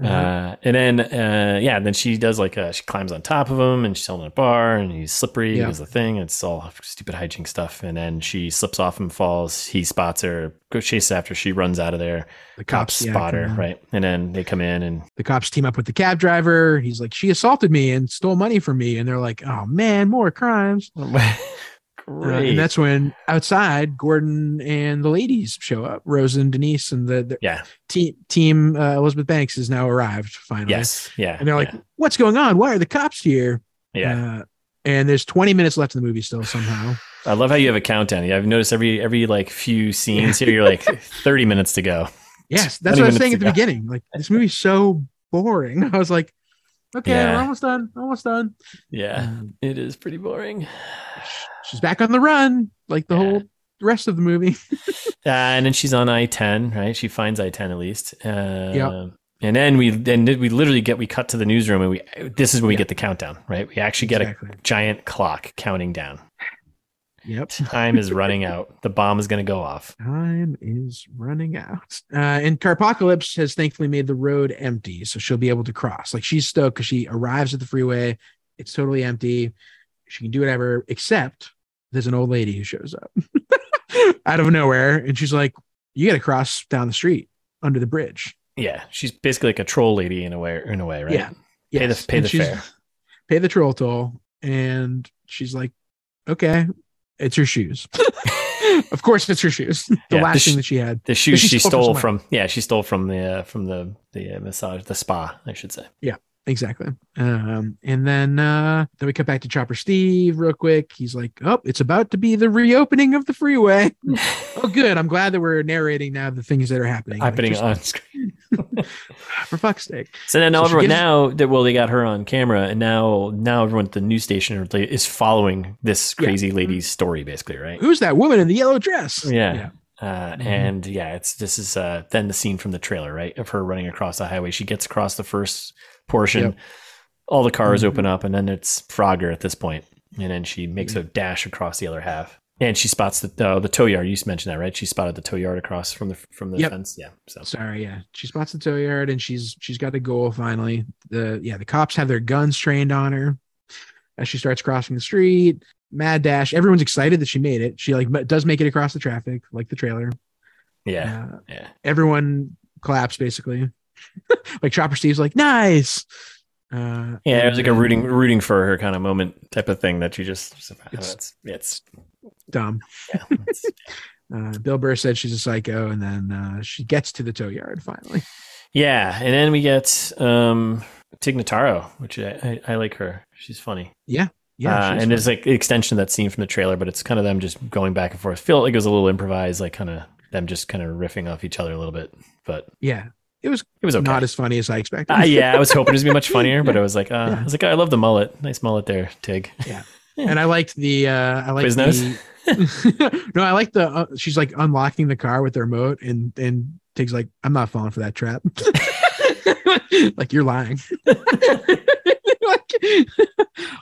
Speaker 2: Uh, and then uh, yeah, and then she does like uh, she climbs on top of him, and she's holding a bar, and he's slippery.
Speaker 1: Yeah.
Speaker 2: He does the thing. It's all stupid hijink stuff, and then she slips off and falls. He spots her, goes chase after. She runs out of there.
Speaker 1: the
Speaker 2: Cops
Speaker 1: yeah,
Speaker 2: spot her,
Speaker 1: come on.
Speaker 2: right? And then they come in and
Speaker 1: The cops team up with the cab driver. He's like, she assaulted me and stole money from me, and they're like, oh man, more crimes. Uh,
Speaker 2: Great.
Speaker 1: and that's when outside Gordon and the ladies show up. Rose and Denise and the, the
Speaker 2: Yeah.
Speaker 1: team team uh, Elizabeth Banks has now arrived finally.
Speaker 2: yes. Yeah.
Speaker 1: and they're like,
Speaker 2: yeah.
Speaker 1: what's going on? Why are the cops here?
Speaker 2: yeah.
Speaker 1: Uh, and there's 20 minutes left in the movie still somehow.
Speaker 2: I love how you have a countdown. Yeah, I've noticed every every like few scenes here, you're like 30 minutes to go.
Speaker 1: Yes, that's what I was
Speaker 2: 20 minutes
Speaker 1: saying
Speaker 2: to
Speaker 1: at the
Speaker 2: go.
Speaker 1: beginning. Like this movie's so boring. I was like, okay, we're
Speaker 2: Yeah.
Speaker 1: almost done, almost done.
Speaker 2: Yeah,
Speaker 1: Um,
Speaker 2: it is pretty boring.
Speaker 1: she's back on the run, like the
Speaker 2: Yeah.
Speaker 1: whole rest of the movie.
Speaker 2: Uh, and then she's on I-10, right? She finds I-10 at least. Uh,
Speaker 1: Yeah.
Speaker 2: And then we then we literally get we cut to the newsroom and we this is when we
Speaker 1: Yeah.
Speaker 2: get the countdown, right? We actually get
Speaker 1: exactly.
Speaker 2: a giant clock counting down.
Speaker 1: Yep.
Speaker 2: Time is running out. The bomb is going to go off.
Speaker 1: Time is running out. Uh, and Carpocalypse has thankfully made the road empty, so she'll be able to cross. Like she's stoked because she arrives at the freeway. It's totally empty. She can do whatever, except there's an old lady who shows up out of nowhere. And she's like, You got to cross down the street under the bridge.
Speaker 2: Yeah, she's basically like a troll lady in a way, in a way, right?
Speaker 1: Yeah.
Speaker 2: Pay the
Speaker 1: Yes.
Speaker 2: pay
Speaker 1: And
Speaker 2: the
Speaker 1: she's-
Speaker 2: fare.
Speaker 1: Pay the troll toll. And she's like, okay, it's her shoes. of course, it's her shoes. The
Speaker 2: Yeah,
Speaker 1: last
Speaker 2: the sh-
Speaker 1: thing that she had.
Speaker 2: The shoes
Speaker 1: she
Speaker 2: she
Speaker 1: stole from
Speaker 2: stole
Speaker 1: somewhere.
Speaker 2: from, yeah, she stole from the uh, from the the uh, massage the spa, I should say.
Speaker 1: Exactly. Um, and then uh, then we cut back to Chopper Steve real quick. He's like, "Oh, it's about to be the reopening of the freeway." oh, good. I'm glad that we're narrating now the things that are happening. Like,
Speaker 2: happening
Speaker 1: just-
Speaker 2: on screen.
Speaker 1: for fuck's sake.
Speaker 2: So
Speaker 1: So
Speaker 2: then now
Speaker 1: she
Speaker 2: everyone
Speaker 1: gives-
Speaker 2: now that well they got her on camera and now now everyone at the news station are- is following this
Speaker 1: Yeah. Mm-hmm.
Speaker 2: crazy lady's story basically right.
Speaker 1: Who's that woman in the yellow dress?
Speaker 2: Yeah.
Speaker 1: Yeah.
Speaker 2: Uh,
Speaker 1: Mhm.
Speaker 2: And yeah, it's this is uh, then the scene from the trailer, right? Of her running across the highway. She gets across the first portion.
Speaker 1: Yep.
Speaker 2: All the cars
Speaker 1: Mhm.
Speaker 2: open up, and then it's Frogger at this point. And then she makes
Speaker 1: Mm-hmm.
Speaker 2: a dash across the other half, and she spots the uh, the tow yard. You just mentioned that, right? She spotted the tow yard across from the from the
Speaker 1: Yep.
Speaker 2: fence. Yeah. So
Speaker 1: Oh, Sorry, yeah. She spots the tow yard and she's she's got the goal finally. The yeah, the cops have their guns trained on her as she starts crossing the street. Mad dash. Everyone's excited that she made it. She like ma- does make it across the traffic, like the trailer.
Speaker 2: yeah,
Speaker 1: Uh,
Speaker 2: yeah.
Speaker 1: everyone claps basically. like Chopper Steve's like, nice. Uh,
Speaker 2: Yeah, it was like a
Speaker 1: and
Speaker 2: rooting rooting for her kind of moment type of thing that you just uh,
Speaker 1: It's-
Speaker 2: it's it's,
Speaker 1: dumb.
Speaker 2: yeah, it's-
Speaker 1: Uh, Bill Burr said she's a psycho, and then uh, she gets to the tow yard finally.
Speaker 2: yeah. And then we get um Tignataro, which I, I, I like her. She's funny.
Speaker 1: Yeah,
Speaker 2: uh,
Speaker 1: she's
Speaker 2: and it's like the extension of that scene from the trailer, but it's kind of them just going back and forth. Feel like it was a little improvised, like kind of them just kind of riffing off each other a little bit. But
Speaker 1: yeah, it was
Speaker 2: it was okay.
Speaker 1: not as funny as I expected.
Speaker 2: uh, yeah, I was hoping it was gonna be much funnier, but I was like, uh,
Speaker 1: Yeah.
Speaker 2: I was like, I love the mullet. Nice mullet there, Tig.
Speaker 1: and I liked the uh I liked
Speaker 2: Quiznos?
Speaker 1: the No, I like the uh, she's like unlocking the car with the remote and and Tig's like I'm not falling for that trap. like you're lying. like,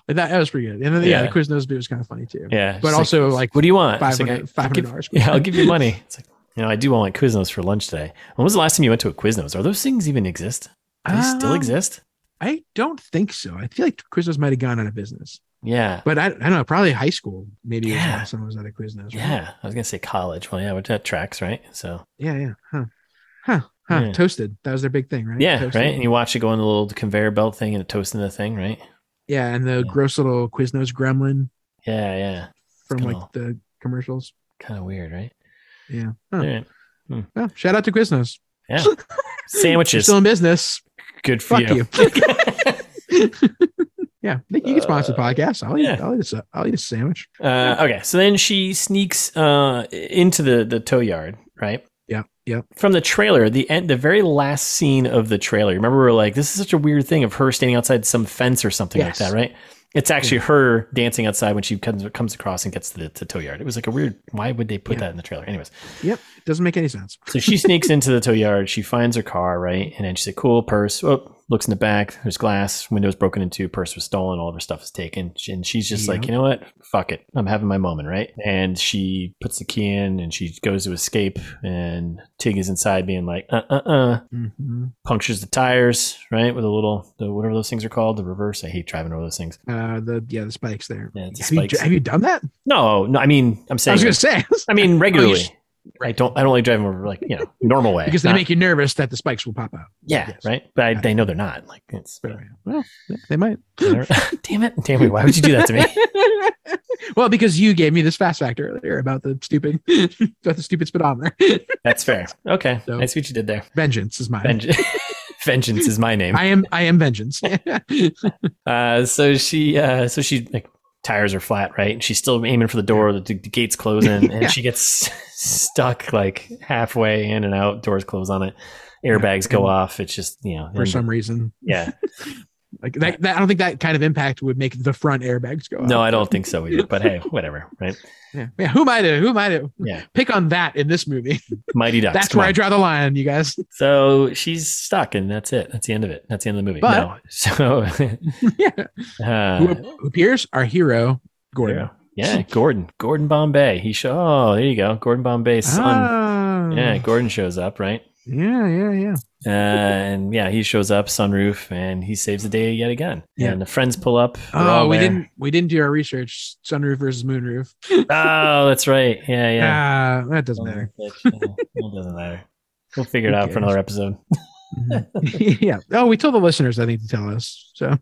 Speaker 1: that, that was pretty good. And then yeah, the
Speaker 2: Yeah.
Speaker 1: Quiznos bit was kind of funny too.
Speaker 2: Yeah,
Speaker 1: but
Speaker 2: she's
Speaker 1: also like,
Speaker 2: like, what do you want? I was like, I-
Speaker 1: 500
Speaker 2: I'll give-
Speaker 1: dollars.
Speaker 2: yeah, I'll give you money. It's like, you know, I do want like Quiznos for lunch today. When was the last time you went to a Quiznos? Are those things even exist? Do they still
Speaker 1: Um,
Speaker 2: exist?
Speaker 1: I don't think so. I feel like Quiznos might have gone out of business.
Speaker 2: Yeah.
Speaker 1: But I, I don't know, probably high school maybe was
Speaker 2: Yeah.
Speaker 1: last time I was at a Quiznos. right?
Speaker 2: Yeah, I was gonna say college. Well, yeah, which that tracks, right? So
Speaker 1: Yeah, yeah. Huh. Huh. Huh.
Speaker 2: Yeah.
Speaker 1: Toasted. That was their big thing, right?
Speaker 2: yeah,
Speaker 1: Toasted.
Speaker 2: right. And you watch it go in the little conveyor belt thing and it toasts into the thing, right?
Speaker 1: Yeah, and the
Speaker 2: Yeah.
Speaker 1: gross little Quiznos gremlin
Speaker 2: Yeah, yeah.
Speaker 1: from
Speaker 2: Kinda-
Speaker 1: like the commercials.
Speaker 2: Kind of weird, right?
Speaker 1: Yeah.
Speaker 2: All
Speaker 1: Huh.
Speaker 2: right.
Speaker 1: Well, shout out to Quiznos.
Speaker 2: Yeah.
Speaker 1: You're
Speaker 2: Sandwiches.
Speaker 1: still in business.
Speaker 2: Good for
Speaker 1: Fuck
Speaker 2: you.
Speaker 1: you. yeah, they, you can sponsor the podcast. I'll eat.
Speaker 2: Uh, yeah.
Speaker 1: I'll eat, a, I'll eat a sandwich.
Speaker 2: uh, okay, so then she sneaks uh, into the the tow yard, right?
Speaker 1: Yep, yep.
Speaker 2: From the trailer, the end, the very last scene of the trailer. Remember, we were like, this is such a weird thing of her standing outside some fence or something
Speaker 1: Yes.
Speaker 2: like that, right? It's actually her dancing outside when she comes comes across and gets to the, to tow yard. It was like a weird. Why would they put
Speaker 1: Yeah.
Speaker 2: that in the trailer? Anyways,
Speaker 1: It doesn't make any sense.
Speaker 2: So she sneaks into the tow yard. She finds her car, right? And then she's like, cool, purse. Oh, looks in the back. There's glass. Window's broken into. Purse was stolen. All of her stuff is taken. She- And she's just like,
Speaker 1: Yeah.
Speaker 2: you know what? Fuck it. I'm having my moment, right? And she puts the key in and she goes to escape. And Tig is inside being like, uh uh uh.
Speaker 1: hmm
Speaker 2: Punctures the tires, right? With a little, the, whatever those things are called, the reverse. I hate driving over those things.
Speaker 1: Uh, the yeah, the spikes there.
Speaker 2: Yeah, it's the
Speaker 1: have,
Speaker 2: spikes.
Speaker 1: You, have you done that?
Speaker 2: No, no, I mean, I'm
Speaker 1: I
Speaker 2: saying,
Speaker 1: was gonna say
Speaker 2: I mean, regularly.
Speaker 1: s-
Speaker 2: I don't, I don't like driving over like, you know, normal way.
Speaker 1: because they
Speaker 2: Not-
Speaker 1: make you nervous that the spikes will pop out.
Speaker 2: Yeah,
Speaker 1: Yes.
Speaker 2: right. But I,
Speaker 1: Got
Speaker 2: they know they're not. Like it's
Speaker 1: Well, they might.
Speaker 2: damn it, damn it. Why would you do that to me?
Speaker 1: well, because you gave me this fast fact earlier about the stupid, about the stupid speedometer.
Speaker 2: That's fair. Okay,
Speaker 1: So-
Speaker 2: I see what you did there.
Speaker 1: Vengeance is mine.
Speaker 2: Venge- Vengeance is my name.
Speaker 1: I am. I am vengeance.
Speaker 2: Uh, so she, uh, so she like tires are flat, right? And she's still aiming for the door. The, the gate's closing,
Speaker 1: Yeah.
Speaker 2: and she gets stuck like halfway in and out. Doors close on it. Airbags go
Speaker 1: and-
Speaker 2: off. It's just you know.
Speaker 1: for
Speaker 2: and-
Speaker 1: some reason.
Speaker 2: yeah.
Speaker 1: Like that, that, I don't think that kind of impact would make the front airbags go.
Speaker 2: No,
Speaker 1: out.
Speaker 2: I don't think so either. But hey, whatever, right?
Speaker 1: Yeah. yeah, who am I to? Who am I to
Speaker 2: Yeah.
Speaker 1: pick on that in this movie?
Speaker 2: Mighty Ducks.
Speaker 1: That's
Speaker 2: come
Speaker 1: where
Speaker 2: on.
Speaker 1: I draw the line, you guys.
Speaker 2: So she's stuck, and that's it. That's the end of it. That's the end of the movie.
Speaker 1: But-
Speaker 2: no. So,
Speaker 1: yeah.
Speaker 2: uh,
Speaker 1: who, who appears? Our hero, Gordon. Ah,
Speaker 2: yeah. yeah, Gordon, Gordon Bombay. He show. Oh, there you go, Gordon Bombay's son.
Speaker 1: Ah.
Speaker 2: Yeah, Gordon shows up, right?
Speaker 1: yeah, yeah, yeah.
Speaker 2: Uh, and yeah, he shows up, sunroof, and he saves the day yet again.
Speaker 1: Yeah.
Speaker 2: And the friends pull up. They're
Speaker 1: Oh,
Speaker 2: all
Speaker 1: we
Speaker 2: there.
Speaker 1: didn't. We didn't do our research. Sunroof versus moonroof.
Speaker 2: Oh, that's right. Yeah, yeah.
Speaker 1: Ah, that doesn't matter.
Speaker 2: it doesn't matter. We'll figure it
Speaker 1: Who
Speaker 2: out for
Speaker 1: cares?
Speaker 2: another episode.
Speaker 1: Mhm. yeah. Oh, we told the listeners. I think to tell us. So,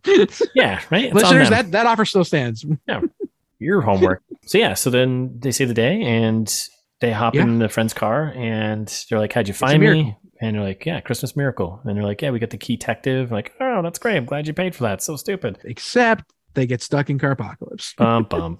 Speaker 2: Yeah, right. It's on
Speaker 1: listeners, that
Speaker 2: them.
Speaker 1: that offer still stands.
Speaker 2: your homework. so yeah, so then they save the day and they hop
Speaker 1: Yeah.
Speaker 2: in the friend's car and they're like, "How'd you
Speaker 1: a
Speaker 2: find me?"
Speaker 1: miracle.
Speaker 2: And they're like, yeah, Christmas miracle. And they're like, yeah, we got the key detective. I'm like, oh, that's great. I'm glad you paid for that. It's so stupid.
Speaker 1: Except they get stuck in Carpocalypse.
Speaker 2: Bum, bum,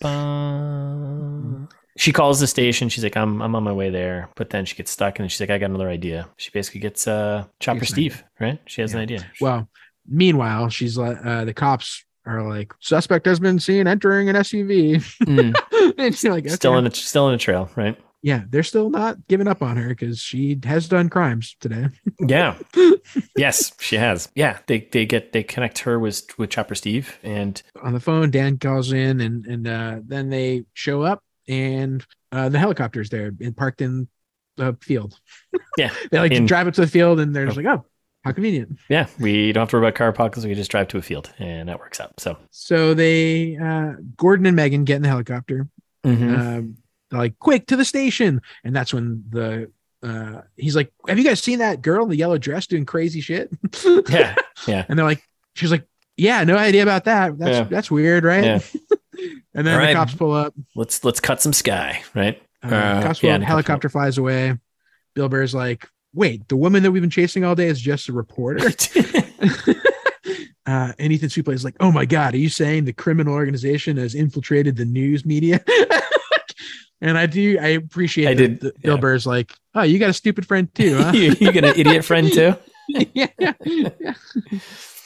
Speaker 2: bum. She calls the station. She's like, I'm, I'm on my way there. But then she gets stuck and then she's like, I got another idea. She basically gets uh, Chopper
Speaker 1: Here's an
Speaker 2: Steve, right? She has an
Speaker 1: Yeah.
Speaker 2: idea.
Speaker 1: Well, meanwhile, she's like, uh, the cops are like, suspect has been seen entering an SUV.
Speaker 2: Mm.
Speaker 1: and she's like,
Speaker 2: Still
Speaker 1: "Okay."
Speaker 2: in a, still in a trail, right?
Speaker 1: yeah, they're still not giving up on her because she has done crimes today.
Speaker 2: Yeah. yes, she has. Yeah, they they get they connect her with with Chopper Steve, and
Speaker 1: On the phone, Dan calls in, and and uh, then they show up, and uh, the helicopter's there and parked in the field.
Speaker 2: Yeah,
Speaker 1: they like
Speaker 2: in-
Speaker 1: drive up to the field, and they're just like, oh, how convenient.
Speaker 2: yeah, we don't have to worry about car pockets. We can just drive to a field, and that works out. So,
Speaker 1: So they, uh, Gordon and Megan get in the helicopter.
Speaker 2: mhm.
Speaker 1: Um, they're like, quick to the station. And that's when the, uh, he's like, have you guys seen that girl in the yellow dress doing crazy shit?
Speaker 2: yeah,
Speaker 1: And they're like, she's like, yeah, no idea about that. That's,
Speaker 2: Yeah.
Speaker 1: that's weird. Right.
Speaker 2: Yeah.
Speaker 1: and then
Speaker 2: Right.
Speaker 1: the cops pull up,
Speaker 2: let's let's cut some sky, right?
Speaker 1: uh,
Speaker 2: Uh,
Speaker 1: cops pull
Speaker 2: yeah,
Speaker 1: up,
Speaker 2: and
Speaker 1: helicopter flies away. Bill Burr's like, wait, the woman that we've been chasing all day is just a reporter. Uh, and Ethan Suplee is like, "Oh my God, are you saying the criminal organization has infiltrated the news media?" and I do, I appreciate.
Speaker 2: I
Speaker 1: that
Speaker 2: did,
Speaker 1: the- Bill
Speaker 2: yeah.
Speaker 1: Burr's like, "Oh, you got a stupid friend too, huh?"
Speaker 2: you, you got an idiot friend too.
Speaker 1: yeah, yeah.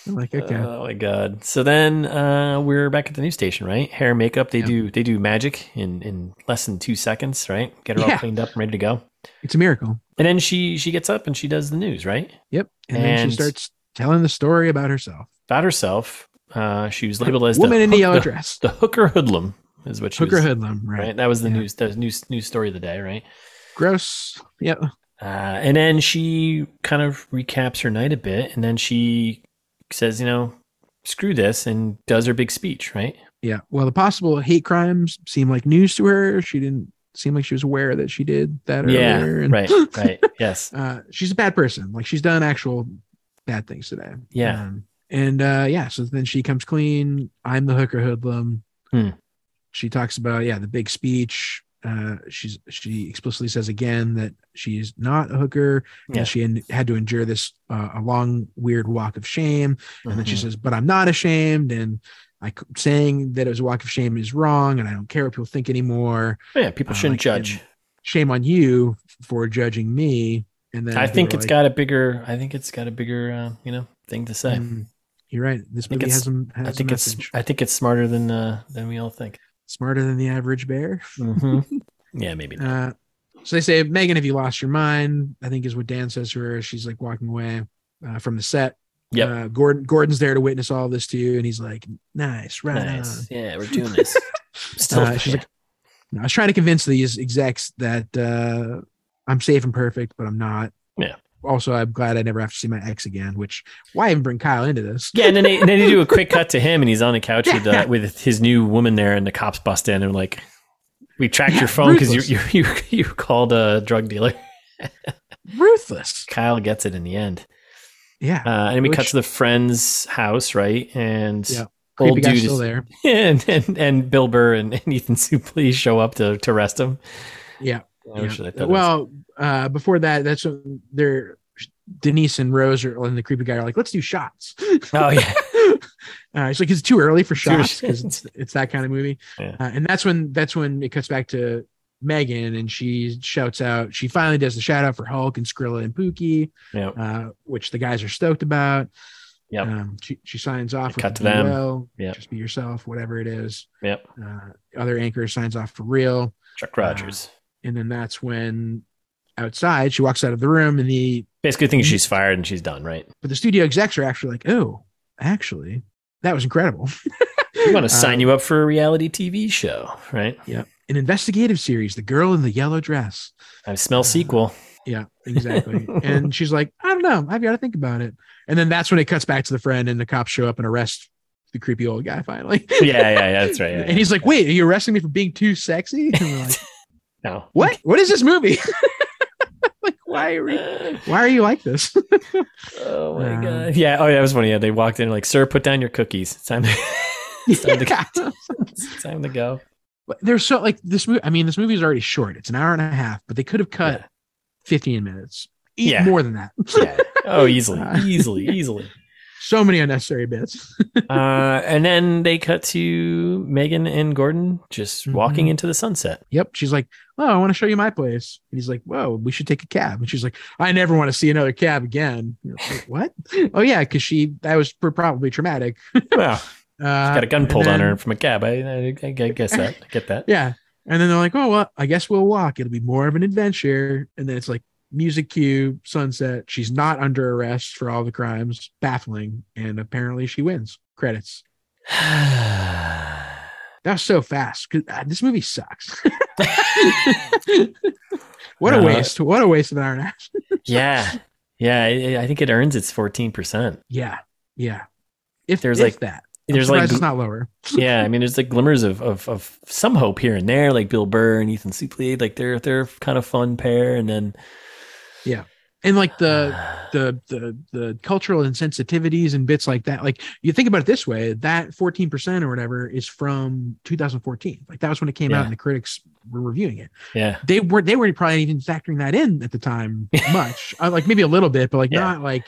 Speaker 1: I'm like, okay,
Speaker 2: Oh my god. So then uh, we're back at the news station, right? Hair, makeup. They
Speaker 1: Yeah.
Speaker 2: do they do magic in in less than two seconds, right? Get her all
Speaker 1: Yeah.
Speaker 2: cleaned up and ready to go.
Speaker 1: it's a miracle.
Speaker 2: And then she she gets up and she does the news, right?
Speaker 1: Yep. And, then
Speaker 2: And-
Speaker 1: she starts telling the story about herself.
Speaker 2: About herself. Uh, she was labeled as
Speaker 1: Woman
Speaker 2: the,
Speaker 1: in the
Speaker 2: hook-
Speaker 1: yellow
Speaker 2: the,
Speaker 1: dress,
Speaker 2: the hooker hoodlum is what she
Speaker 1: hooker
Speaker 2: was,
Speaker 1: hoodlum, right?
Speaker 2: right? That was the
Speaker 1: Yeah.
Speaker 2: news the news news story of the day, right?
Speaker 1: Gross. Yep.
Speaker 2: Uh, and then she kind of recaps her night a bit, and then she says, you know, screw this, and does her big speech, right?
Speaker 1: Yeah. Well, the possible hate crimes seem like news to her. She didn't seem like she was aware that she did that
Speaker 2: Yeah,
Speaker 1: earlier. and-
Speaker 2: Right, right, yes,
Speaker 1: uh, she's a bad person. Like she's done actual bad things today.
Speaker 2: Yeah.
Speaker 1: Um, and uh, yeah, so then she comes clean. I'm the hooker hoodlum.
Speaker 2: Hmm.
Speaker 1: She talks about yeah the big speech. Uh, she's she explicitly says again that she's not a hooker.
Speaker 2: Yeah.
Speaker 1: And she en- had to endure this uh, a long weird walk of shame. And then she
Speaker 2: Mhm.
Speaker 1: says, "But I'm not ashamed." And I c- saying that it was a walk of shame is wrong, and I don't care what people think anymore.
Speaker 2: yeah, people
Speaker 1: uh,
Speaker 2: shouldn't
Speaker 1: like,
Speaker 2: judge.
Speaker 1: Shame on you f- for judging me. And then
Speaker 2: I
Speaker 1: they
Speaker 2: think
Speaker 1: were
Speaker 2: it's
Speaker 1: like,
Speaker 2: got a bigger, I think it's got a bigger, uh, you know, thing to say.
Speaker 1: Mm, you're right. This
Speaker 2: think
Speaker 1: movie
Speaker 2: it's-
Speaker 1: has some has
Speaker 2: I think
Speaker 1: a
Speaker 2: it's,
Speaker 1: message.
Speaker 2: I think it's smarter than uh, than we all think.
Speaker 1: Smarter than the average bear.
Speaker 2: Mhm. yeah, maybe. Not.
Speaker 1: Uh, so they say, Megan, have you lost your mind? I think is what Dan says to her. as She's like walking away uh, from the set.
Speaker 2: Yep.
Speaker 1: Uh, Gordon Gordon's there to witness all this too, and he's like, "Nice, right
Speaker 2: nice.
Speaker 1: on."
Speaker 2: Yeah, we're doing this. Still,
Speaker 1: Uh, she's like, I was trying to convince these execs that uh, I'm safe and perfect, but I'm not.
Speaker 2: Yeah.
Speaker 1: Also, I'm glad I never have to see my ex again. Which why even bring Kyle into this?
Speaker 2: Yeah, and then they, then they do a quick cut to him, and he's on the couch with,
Speaker 1: Yeah.
Speaker 2: uh, with his new woman there, and the cops bust in and like, we tracked
Speaker 1: Yeah,
Speaker 2: your phone because you you
Speaker 1: ruthless.
Speaker 2: you you called a drug dealer.
Speaker 1: Ruthless.
Speaker 2: Kyle gets it in the end,
Speaker 1: Yeah.
Speaker 2: uh, and we cut
Speaker 1: Which-
Speaker 2: to the friend's house, right? And
Speaker 1: Yeah.
Speaker 2: old
Speaker 1: Creepy guy's
Speaker 2: dude
Speaker 1: still
Speaker 2: is,
Speaker 1: there.
Speaker 2: and, and and Bill Burr and, and Ethan Suplee show up to to arrest him.
Speaker 1: Yeah.
Speaker 2: Uh, which I
Speaker 1: Yeah.
Speaker 2: thought was-
Speaker 1: Well, uh, before that, that's when they're Denise and Rose are and the creepy guy are like, let's do shots.
Speaker 2: oh yeah,
Speaker 1: Uh, it's like it's too early for
Speaker 2: Too
Speaker 1: shots because it's, it's that kind of movie.
Speaker 2: Yeah.
Speaker 1: Uh, and that's when that's when it cuts back to Megan and she shouts out. She finally does the shout out for Hulk and Skrilla and Pookie,
Speaker 2: yeah.
Speaker 1: uh, which the guys are stoked about.
Speaker 2: Yep.
Speaker 1: Um, she, she signs off.
Speaker 2: Cut
Speaker 1: with
Speaker 2: to them.
Speaker 1: "Be Well,
Speaker 2: Yep.
Speaker 1: Just be yourself, whatever it is.
Speaker 2: Yep.
Speaker 1: Uh, other anchor signs off for real.
Speaker 2: Chuck Rogers
Speaker 1: And then that's when outside she walks out of the room and the
Speaker 2: basically thinks she's fired and she's done, right?
Speaker 1: but the studio execs are actually like, oh, actually, that was incredible. Uh,
Speaker 2: We want to
Speaker 1: Um,
Speaker 2: sign you up for a reality TV show, right?
Speaker 1: An investigative series, The Girl in the Yellow Dress.
Speaker 2: I
Speaker 1: Uh,
Speaker 2: smell sequel.
Speaker 1: Yeah, exactly. and she's like, I don't know. I've got to think about it. And then that's when it cuts back to the friend, and the cops show up and arrest the creepy old guy finally.
Speaker 2: yeah, yeah, yeah. That's right. yeah,
Speaker 1: and
Speaker 2: yeah.
Speaker 1: he's like, wait, are you arresting me for being too sexy? And we're like,
Speaker 2: No.
Speaker 1: what? What is this movie? like, why are, you, why are you like this?
Speaker 2: oh my
Speaker 1: Um,
Speaker 2: god. Yeah. Oh yeah, that was funny. Yeah, they walked in like, sir, put down your cookies. It's time. it's, time to,
Speaker 1: Yeah.
Speaker 2: it's time to go.
Speaker 1: But There's so like this movie. I mean, this movie is already short. It's an hour and a half, but they could have cut
Speaker 2: Yeah.
Speaker 1: 15 minutes eat
Speaker 2: Yeah.
Speaker 1: more than that.
Speaker 2: Yeah. Oh, easily,
Speaker 1: Uh,
Speaker 2: easily, easily.
Speaker 1: so many unnecessary bits.
Speaker 2: Uh, and then they cut to Megan and Gordon just walking
Speaker 1: Mhm.
Speaker 2: into the sunset.
Speaker 1: yep. She's like, Oh, I want to show you my place. And he's like, Whoa, we should take a cab. And she's like, I never want to see another cab again. You're like, what? oh, yeah. Cause she, that was pr- probably traumatic.
Speaker 2: Wow,
Speaker 1: Uh,
Speaker 2: got a gun
Speaker 1: and
Speaker 2: pulled on
Speaker 1: then-
Speaker 2: her from a cab. I, I, I guess that. I get that.
Speaker 1: Yeah. And then they're like, Oh, well, I guess we'll walk. It'll be more of an adventure. And then it's like, Music cue, sunset. She's not under arrest for all the crimes. Baffling. And apparently she wins. Credits. That was so fast. 'Cause, uh, This movie sucks. what a
Speaker 2: Uh,
Speaker 1: waste. What a waste of an hour and a half.
Speaker 2: yeah, yeah. I, I think it earns its fourteen percent.
Speaker 1: Yeah, yeah. If there's
Speaker 2: There's,
Speaker 1: if
Speaker 2: like-
Speaker 1: like that, I'm
Speaker 2: There's
Speaker 1: surprised
Speaker 2: like
Speaker 1: it's not lower.
Speaker 2: yeah, I mean, there's like glimmers of, of of some hope here and there, like Bill Burr and Ethan Suplee, like they're they're kind of fun pair, and then uh,
Speaker 1: And like the the the the cultural insensitivities and bits like that. Like you think about it this way, that 14% or whatever is from 2014. Like that was when it came
Speaker 2: Yeah.
Speaker 1: out and the critics were reviewing it.
Speaker 2: yeah,
Speaker 1: They were they weren't probably even factoring that in at the time much. uh, like maybe a little bit, but like
Speaker 2: Yeah.
Speaker 1: not like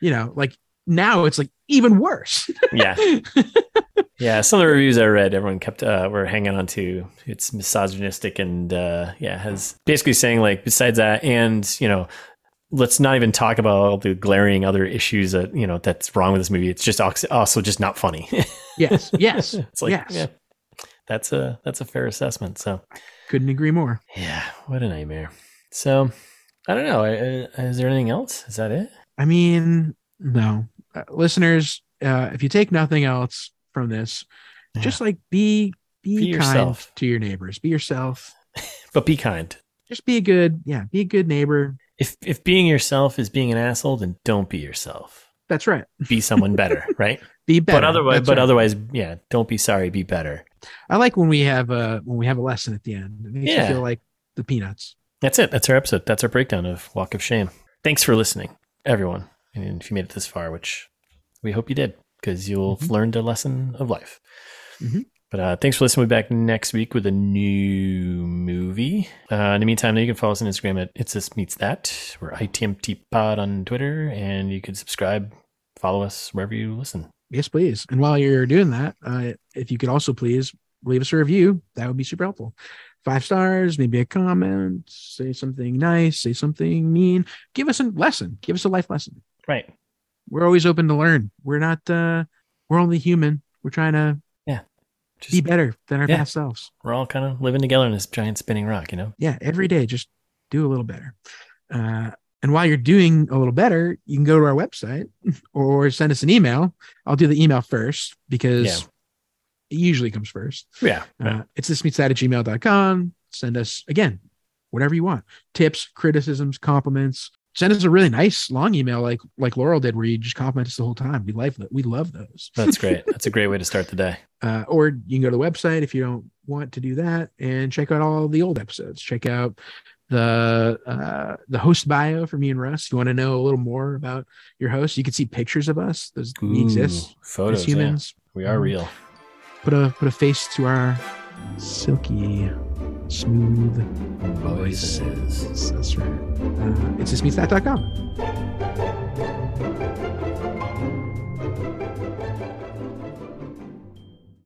Speaker 1: you know, like now it's like even worse.
Speaker 2: yeah, yeah. Some of the reviews I read, everyone kept uh, were hanging on to it's misogynistic and uh, yeah, has basically saying like besides that, and you know, let's not even talk about all the glaring other issues that you know that's wrong with this movie. It's just ox- also just not funny.
Speaker 1: yes, yes.
Speaker 2: it's like
Speaker 1: Yes.
Speaker 2: yeah, that's a that's a fair assessment. So.
Speaker 1: Couldn't agree more.
Speaker 2: Yeah, what a nightmare. So, I don't know. I- I- Is there anything else? Is that it?
Speaker 1: I mean, no. Uh, listeners, uh, if you take nothing else from this,
Speaker 2: Yeah.
Speaker 1: just like be be,
Speaker 2: Be
Speaker 1: kind
Speaker 2: yourself.
Speaker 1: to your neighbors. Be yourself.
Speaker 2: But be kind.
Speaker 1: Just be a good, yeah, be a good neighbor.
Speaker 2: If if being yourself is being an asshole, then don't be yourself.
Speaker 1: That's right.
Speaker 2: Be someone better, right?
Speaker 1: Be better.
Speaker 2: But otherwise,
Speaker 1: That's
Speaker 2: but
Speaker 1: right.
Speaker 2: otherwise, yeah. Don't be sorry. Be better.
Speaker 1: I like when we have a when we have a lesson at the end. It makes
Speaker 2: Yeah.
Speaker 1: you feel like the peanuts.
Speaker 2: That's it. That's our episode. That's our breakdown of Walk of Shame. Thanks for listening, everyone. And if you made it this far, which we hope you did, because you'll have
Speaker 1: Mhm.
Speaker 2: learned a lesson of life.
Speaker 1: Mhm.
Speaker 2: But uh, thanks for listening. We'll be back next week with a new movie. Uh, in the meantime, you can follow us on Instagram at It's This Meets That. We're ITMT Pod on Twitter, and you can subscribe, follow us wherever you listen.
Speaker 1: Yes, please. And while you're doing that, uh, if you could also please leave us a review, that would be super helpful. Five stars, maybe a comment, say something nice, say something mean. Give us a lesson. Give us a life lesson.
Speaker 2: Right.
Speaker 1: we're always open to learn. We're not uh we're only human. We're trying to
Speaker 2: Just,
Speaker 1: be better than our
Speaker 2: Yeah.
Speaker 1: past selves.
Speaker 2: we're all kind of living together in this giant spinning rock, you know?
Speaker 1: Yeah, every day just do a little better. Uh and while you're doing a little better, you can go to our website or send us an email. I'll do the email first because
Speaker 2: Yeah.
Speaker 1: it usually comes first.
Speaker 2: Yeah.
Speaker 1: Uh, it's this meets that at gmail.com. Send us again, whatever you want. Tips, criticisms, compliments. Send us a really nice long email like like Laurel did, where you just compliment us the whole time. We like we love those.
Speaker 2: That's great. That's a great way to start the day.
Speaker 1: uh, or you can go to the website if you don't want to do that and check out all the old episodes check out the uh, the host bio for me and russ if you want to know a little more about your host you can see pictures of us those we exist
Speaker 2: Ooh,
Speaker 1: as
Speaker 2: Photos. yeah.
Speaker 1: humans
Speaker 2: We are real.
Speaker 1: put a put a face to our silky smooth voices that's right uh, it's just meets that.com